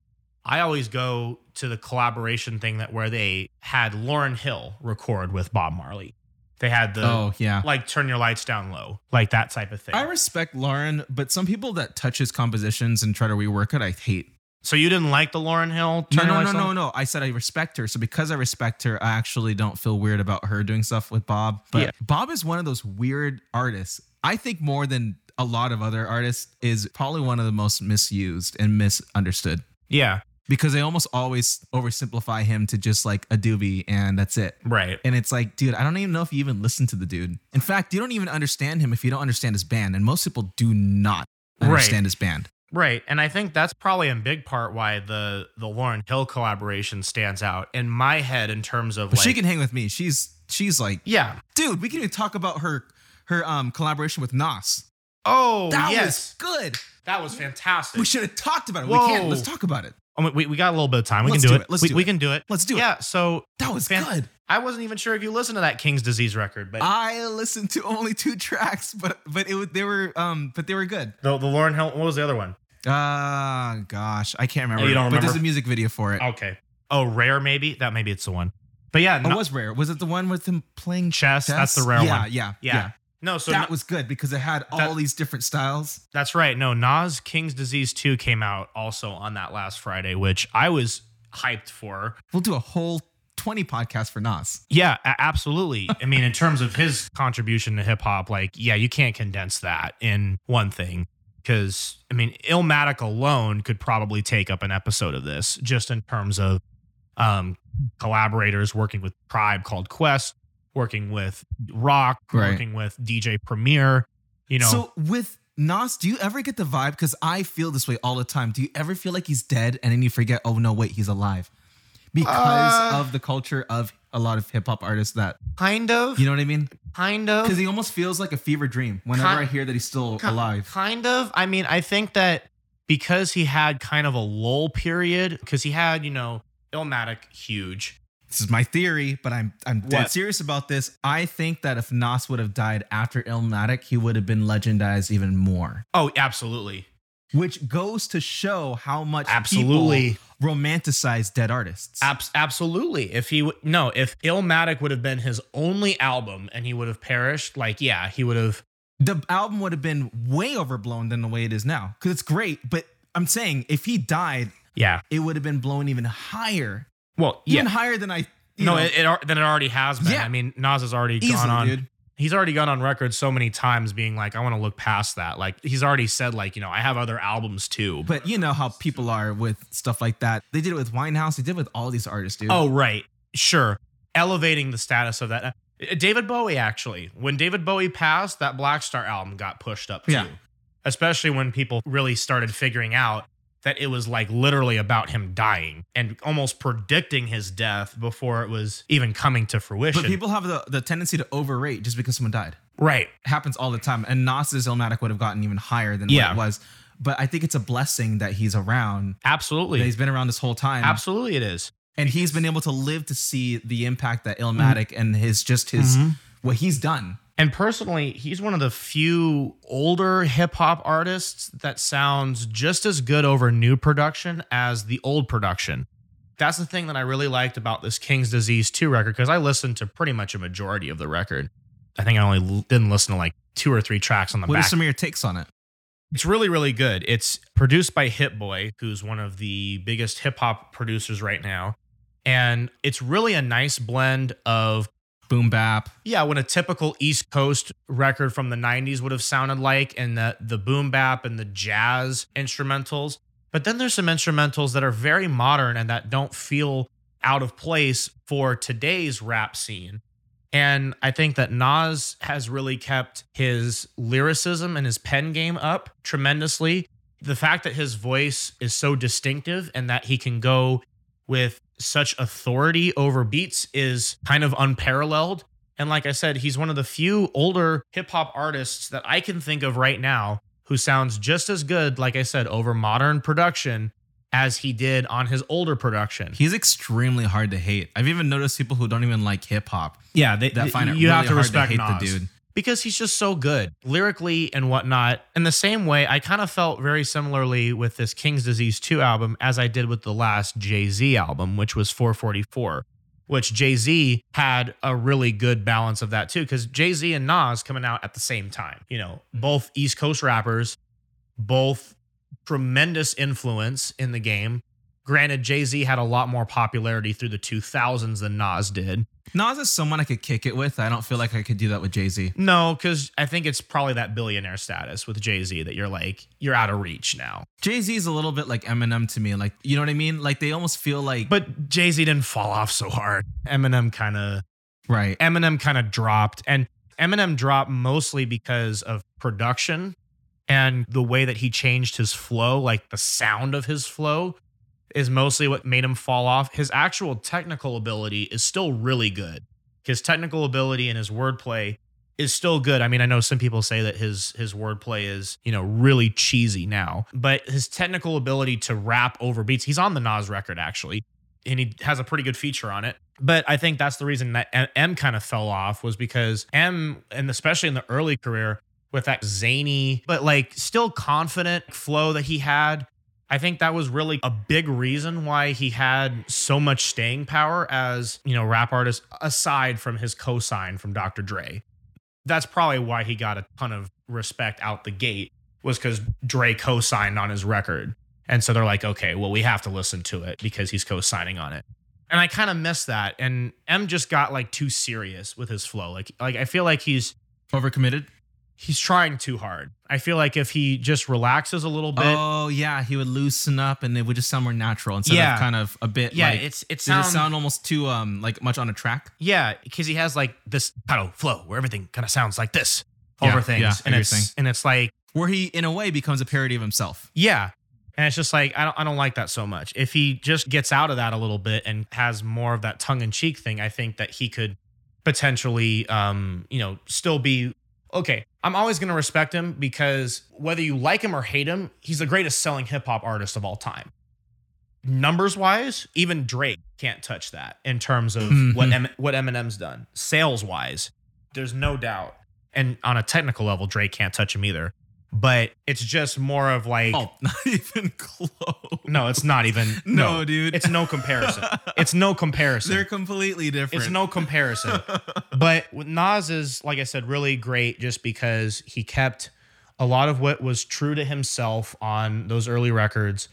S2: I always go to the collaboration thing that where they had Lauren Hill record with Bob Marley. They had the
S1: oh yeah.
S2: like turn your lights down low, like that type of thing.
S1: I respect Lauren, but some people that touch his compositions and try to rework it, I hate.
S2: so you didn't like the Lauren Hill
S1: No,
S2: turn your
S1: no, no,
S2: lights
S1: no,
S2: down?
S1: no. I said I respect her. So because I respect her, I actually don't feel weird about her doing stuff with Bob. But
S2: Yeah.
S1: Bob is one of those weird artists. I think more than a lot of other artists is probably one of the most misused and misunderstood
S2: Yeah,
S1: because they almost always oversimplify him to just like a doobie and that's it.
S2: right.
S1: And it's like, dude, I don't even know if you even listen to the dude. In fact, you don't even understand him if you don't understand his band. And most people do not
S2: Right.
S1: understand his band.
S2: Right. And I think that's probably in big part why the the Lauren Hill collaboration stands out in my head in terms of
S1: But
S2: like
S1: she can hang with me. She's she's like,
S2: Yeah.
S1: dude, we can even talk about her her um collaboration with Nas.
S2: Oh
S1: That
S2: yes.
S1: was good.
S2: that was fantastic.
S1: We should have talked about it.
S2: Whoa.
S1: We can't. Let's talk about it.
S2: Oh, wait, we, we got a little bit of time. We
S1: Let's
S2: can do,
S1: do
S2: it.
S1: it. Let's
S2: we,
S1: do
S2: we
S1: it.
S2: can do it.
S1: Let's do it.
S2: Yeah. So
S1: That was
S2: Fan-
S1: good.
S2: I wasn't even sure if you listened to that King's Disease record, but
S1: I listened to only two tracks, but but it was- they were um but they were good.
S2: the, the Lauren Hill. What was the other one?
S1: Ah, gosh, I can't remember.
S2: you don't
S1: But there's
S2: remember?
S1: a music video for it.
S2: Okay. Oh, Rare maybe. That maybe it's the one. But yeah,
S1: It
S2: no,
S1: was rare. Was it the one with him playing
S2: Chess, that's the
S1: Oh, chess?
S2: Rare
S1: yeah,
S2: one.
S1: Yeah,
S2: yeah.
S1: yeah,
S2: No, so
S1: that
S2: no-
S1: was good because it had all these different styles.
S2: that's right. No, Nas King's Disease 2 came out also on that last Friday, which I was hyped for.
S1: We'll do a whole 20 podcast for Nas.
S2: Yeah, a-
S1: *laughs*
S2: absolutely. I mean, in terms of his contribution to hip hop, like, yeah, you can't condense that in one thing. Because, I mean, Illmatic alone could probably take up an episode of this just in terms of um, collaborators working with Tribe called Quest, working with Rock,
S1: Right.
S2: working with DJ Premier, you know.
S1: So with Nas, do you ever get the vibe? Because I feel this way all the time. Do you ever feel like he's dead and then you forget, oh no, wait, he's alive? Because
S2: Uh.
S1: of the culture of a lot of hip hop artists that
S2: kind of,
S1: you know what I mean?
S2: kind of.
S1: Because he almost feels like a fever dream whenever
S2: Ki-
S1: I hear that he's still
S2: Ki-
S1: alive.
S2: Kind of. I mean, I think that because he had kind of a lull period, because he had, you know, Illmatic huge.
S1: This is my theory, but I'm I'm dead
S2: What?
S1: serious about this. I think that if Nas would have died after Illmatic, he would have been legendized even more.
S2: Oh, absolutely.
S1: Which goes to show how much
S2: Absolutely.
S1: people romanticize dead artists.
S2: Abs- absolutely. If he w- no, if Illmatic would have been his only album and he would have perished, like yeah, he would have
S1: the album would have been way overblown than the way it is now because it's great but i'm saying if he died
S2: yeah.
S1: it would have been blown even higher
S2: Well,
S1: even
S2: yeah.
S1: higher than i you
S2: No,
S1: know,
S2: it, it al- then it already has been.
S1: Yeah.
S2: I mean, Nas has already gone
S1: easily
S2: on.
S1: dude
S2: He's already gone on record so many times being like, I want to look past that. Like he's already said, like you know, I have other albums too.
S1: but you know how people are with stuff like that they did it with winehouse they did it with all these artists dude
S2: Oh, right. Sure. Elevating the status of that. Uh, David Bowie, actually. When David Bowie passed, that Black Star album got pushed up too.
S1: Yeah.
S2: Especially when people really started figuring out that it was like literally about him dying and almost predicting his death before it was even coming to fruition.
S1: but people have the, the tendency to overrate just because someone died
S2: right.
S1: it happens all the time and nas's illmatic would have gotten even higher than
S2: Yeah.
S1: what it was but i think it's a blessing that he's around
S2: Absolutely.
S1: that he's been around this whole time
S2: Absolutely, it is.
S1: and he's been able to live to see the impact that
S2: Mm-hmm.
S1: Illmatic and his just his what he's done.
S2: And personally, he's one of the few older hip hop artists that sounds just as good over new production as the old production. That's the thing that I really liked about this King's Disease 2 record because I listened to pretty much a majority of the record. I think I only l- didn't listen to like two or three tracks on the
S1: What are
S2: back.
S1: some of your takes on it?
S2: it's really, really good. It's produced by Hit Boy, who's one of the biggest hip hop producers right now. And it's really a nice blend of
S1: Boom bap.
S2: yeah, when a typical East Coast record from the 90s would have sounded like, and the, the boom bap and the jazz instrumentals. But then there's some instrumentals that are very modern and that don't feel out of place for today's rap scene. And I think that Nas has really kept his lyricism and his pen game up tremendously. The fact that his voice is so distinctive and that he can go with such authority over beats is kind of unparalleled. And like I said, he's one of the few older hip hop artists that I can think of right now who sounds just as good, like I said, over modern production as he did on his older production.
S1: He's extremely hard to hate. I've even noticed people who don't even like hip hop
S2: yeah, they,
S1: that find it
S2: you
S1: really
S2: have to
S1: hard
S2: respect
S1: to hate
S2: Nas.
S1: the dude.
S2: because he's just so good lyrically and whatnot. In the same way, I kind of felt very similarly with this King's Disease 2 album as I did with the last Jay Z album, which was 444, which Jay Z had a really good balance of that too, because Jay Z and Nas coming out at the same time, you know, both East Coast rappers, both tremendous influence in the game. Granted, Jay Z had a lot more popularity through the 2000s than Nas did.
S1: Nas is someone I could kick it with. I don't feel like I could do that with Jay Z.
S2: No, because I think it's probably that billionaire status with Jay Z that you're like, you're out of reach now.
S1: Jay Z is a little bit like Eminem to me. Like, you know what I mean? Like, they almost feel like.
S2: But Jay Z didn't fall off so hard. Eminem kind of,
S1: right.
S2: Eminem kind of dropped. And Eminem dropped mostly because of production and the way that he changed his flow, like the sound of his flow is mostly what made him fall off. His actual technical ability is still really good. His technical ability and his wordplay is still good. I mean, I know some people say that his his wordplay is, you know, really cheesy now, but his technical ability to rap over beats, he's on the Nas record actually, and he has a pretty good feature on it. But I think that's the reason that M, M kind of fell off was because M and especially in the early career with that zany but like still confident flow that he had I think that was really a big reason why he had so much staying power as, you know, rap artist aside from his cosign from Dr. Dre. That's probably why he got a ton of respect out the gate was cuz Dre co-signed on his record. And so they're like, "Okay, well we have to listen to it because he's co-signing on it." And I kind of miss that and M just got like too serious with his flow. Like like I feel like he's
S1: Overcommitted?
S2: he's trying too hard. I feel like if he just relaxes a little bit,
S1: Oh, yeah. He would loosen up and it would just sound more natural instead
S2: Yeah.
S1: of kind of a bit
S2: yeah,
S1: like.
S2: it's it
S1: does it
S2: sounds
S1: sound almost too, um, like much on a track?
S2: yeah, because he has like this kind of flow where everything kind of sounds like this over
S1: Yeah,
S2: things,
S1: yeah, I get
S2: and
S1: what you're
S2: it's
S1: saying.
S2: and it's like
S1: Where he, in a way, becomes a parody of himself.
S2: yeah, and it's just like I don't I don't like that so much. If he just gets out of that a little bit and has more of that tongue in cheek thing, I think that he could potentially um you know still be okay. I'm always gonna respect him because whether you like him or hate him, he's the greatest selling hip hop artist of all time. numbers wise, even Drake can't touch that in terms of
S1: Mhm.
S2: what M- what Eminem's done. Sales wise, there's no doubt. And on a technical level, Drake can't touch him either. But it's just more of like,
S1: Oh, *laughs* not even close.
S2: no, it's not even.
S1: *laughs* No,
S2: No,
S1: dude.
S2: it's no comparison. It's no comparison.
S1: They're completely different.
S2: It's no comparison. but with Nas is, like I said, really great just because he kept a lot of what was true to himself on those early records,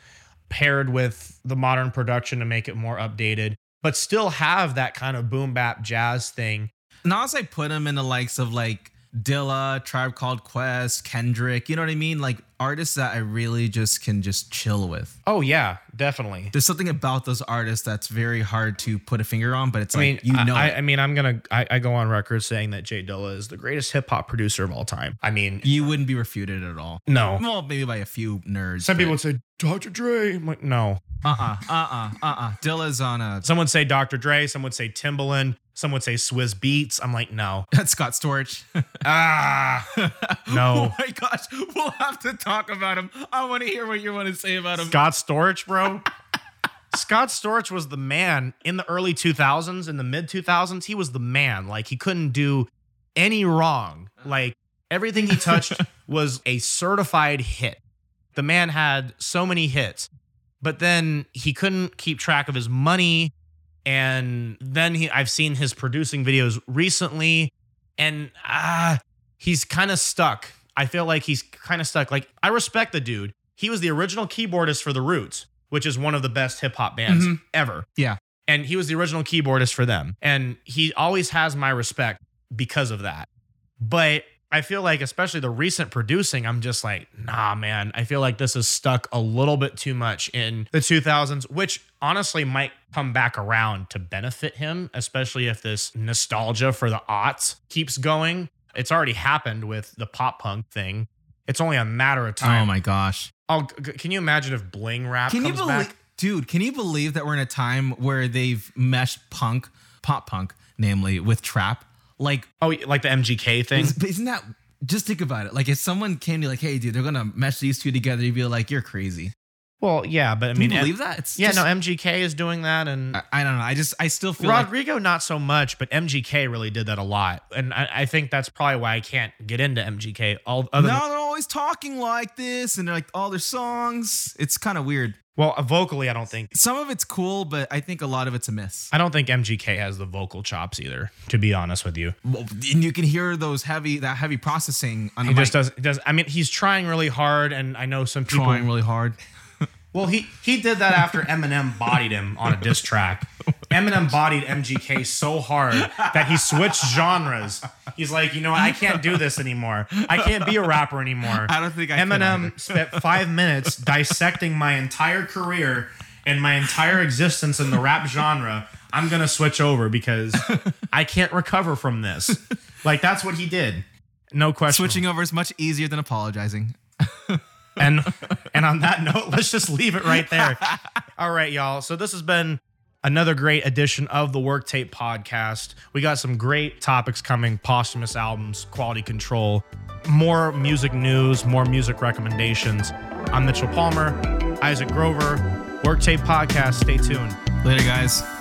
S2: paired with the modern production to make it more updated, but still have that kind of boom bap jazz thing.
S1: Nas, I put him in the likes of like Dilla, Tribe Called Quest, Kendrick. You know what I mean? Like artists that I really just can just chill with.
S2: Oh, yeah, definitely.
S1: There's something about those artists that's very hard to put a finger on, but it's
S2: I mean,
S1: like you know.
S2: I,
S1: it.
S2: I mean, I'm gonna, I, I go on record saying that Jay Dilla is the greatest hip hop producer of all time. I mean,
S1: you wouldn't be refuted at all.
S2: no.
S1: Well, maybe by a few nerds.
S2: Some people would say Dr. Dre. I'm like, no,
S1: uh uh-uh, uh uh uh uh. Dilla's on a *laughs*
S2: Some would say Dr. Dre, some would say Timbaland, some would say Swizz Beats. I'm like, no.
S1: that's Scott Storch.
S2: Ah,
S1: *laughs* Oh
S2: No.
S1: my gosh, we'll have to talk about him. I want to hear what you want to say about him.
S2: Scott Storch, bro. *laughs* Scott Storch was the man in the early 2000s, in the mid 2000s. He was the man. Like, he couldn't do any wrong. Like, everything he touched was a certified hit. The man had so many hits, but then he couldn't keep track of his money. And then he, I've seen his producing videos recently, and ah, he's kind of stuck. I feel like he's kind of stuck. Like I respect the dude. He was the original keyboardist for the Roots, which is one of the best hip hop bands
S1: Mhm.
S2: ever.
S1: Yeah.
S2: And he was the original keyboardist for them. And he always has my respect because of that. But I feel like especially the recent producing, I'm just like, nah, man. I feel like this is stuck a little bit too much in the 2000s, which honestly might come back around to benefit him, especially if this nostalgia for the aughts keeps going. It's already happened with the pop punk thing. It's only a matter of time.
S1: Oh my gosh.
S2: I'll, g- can you imagine if bling rap
S1: Can you
S2: comes
S1: believe,
S2: back?
S1: dude? Can you believe that we're in a time where they've meshed punk, pop punk, namely with trap? Like,
S2: Oh, like the MGK thing.
S1: is- isn't that? Just think about it. Like, if someone came to you like, "Hey, dude, they're gonna mesh these two together," you'd be like, "You're crazy."
S2: Well, yeah, but I
S1: Can
S2: mean,
S1: you believe that? It's
S2: yeah,
S1: just-
S2: no, MGK is doing that, and
S1: I, I don't know. I just I still feel like
S2: Rodrigo not so much, but MGK really did that a lot, and I, I think that's probably why I can't get into MGK. All other than-
S1: now they're always talking like this and they're like all their songs. It's kind of weird.
S2: well, uh, vocally, I don't think
S1: Some of it's cool, but I think a lot of it's a miss.
S2: I don't think MGK has the vocal chops either. To be honest with you,
S1: Well, and you can hear those heavy that heavy processing on
S2: he
S1: the mic
S2: just does. Does I mean, he's trying really hard, and I know some people.
S1: trying really hard.
S2: Well, he he did that after Eminem bodied him on a diss track. Eminem bodied MGK so hard that he switched genres. He's like, you know, what? I can't do this anymore. I can't be a rapper anymore.
S1: I don't think I can
S2: Eminem spent five minutes dissecting my entire career and my entire existence in the rap genre. I'm gonna switch over because I can't recover from this. Like that's what he did. No
S1: *laughs*
S2: question.
S1: Switching over is much easier than apologizing.
S2: And and on that note, *laughs* let's just leave it right there. All right, y'all. So this has been another great edition of the Work Tape podcast. We got some great topics coming: posthumous albums, quality control, more music news, more music recommendations. I'm Mitchell Palmer, Isaac Grover, Work Tape podcast. Stay tuned.
S1: Later, guys.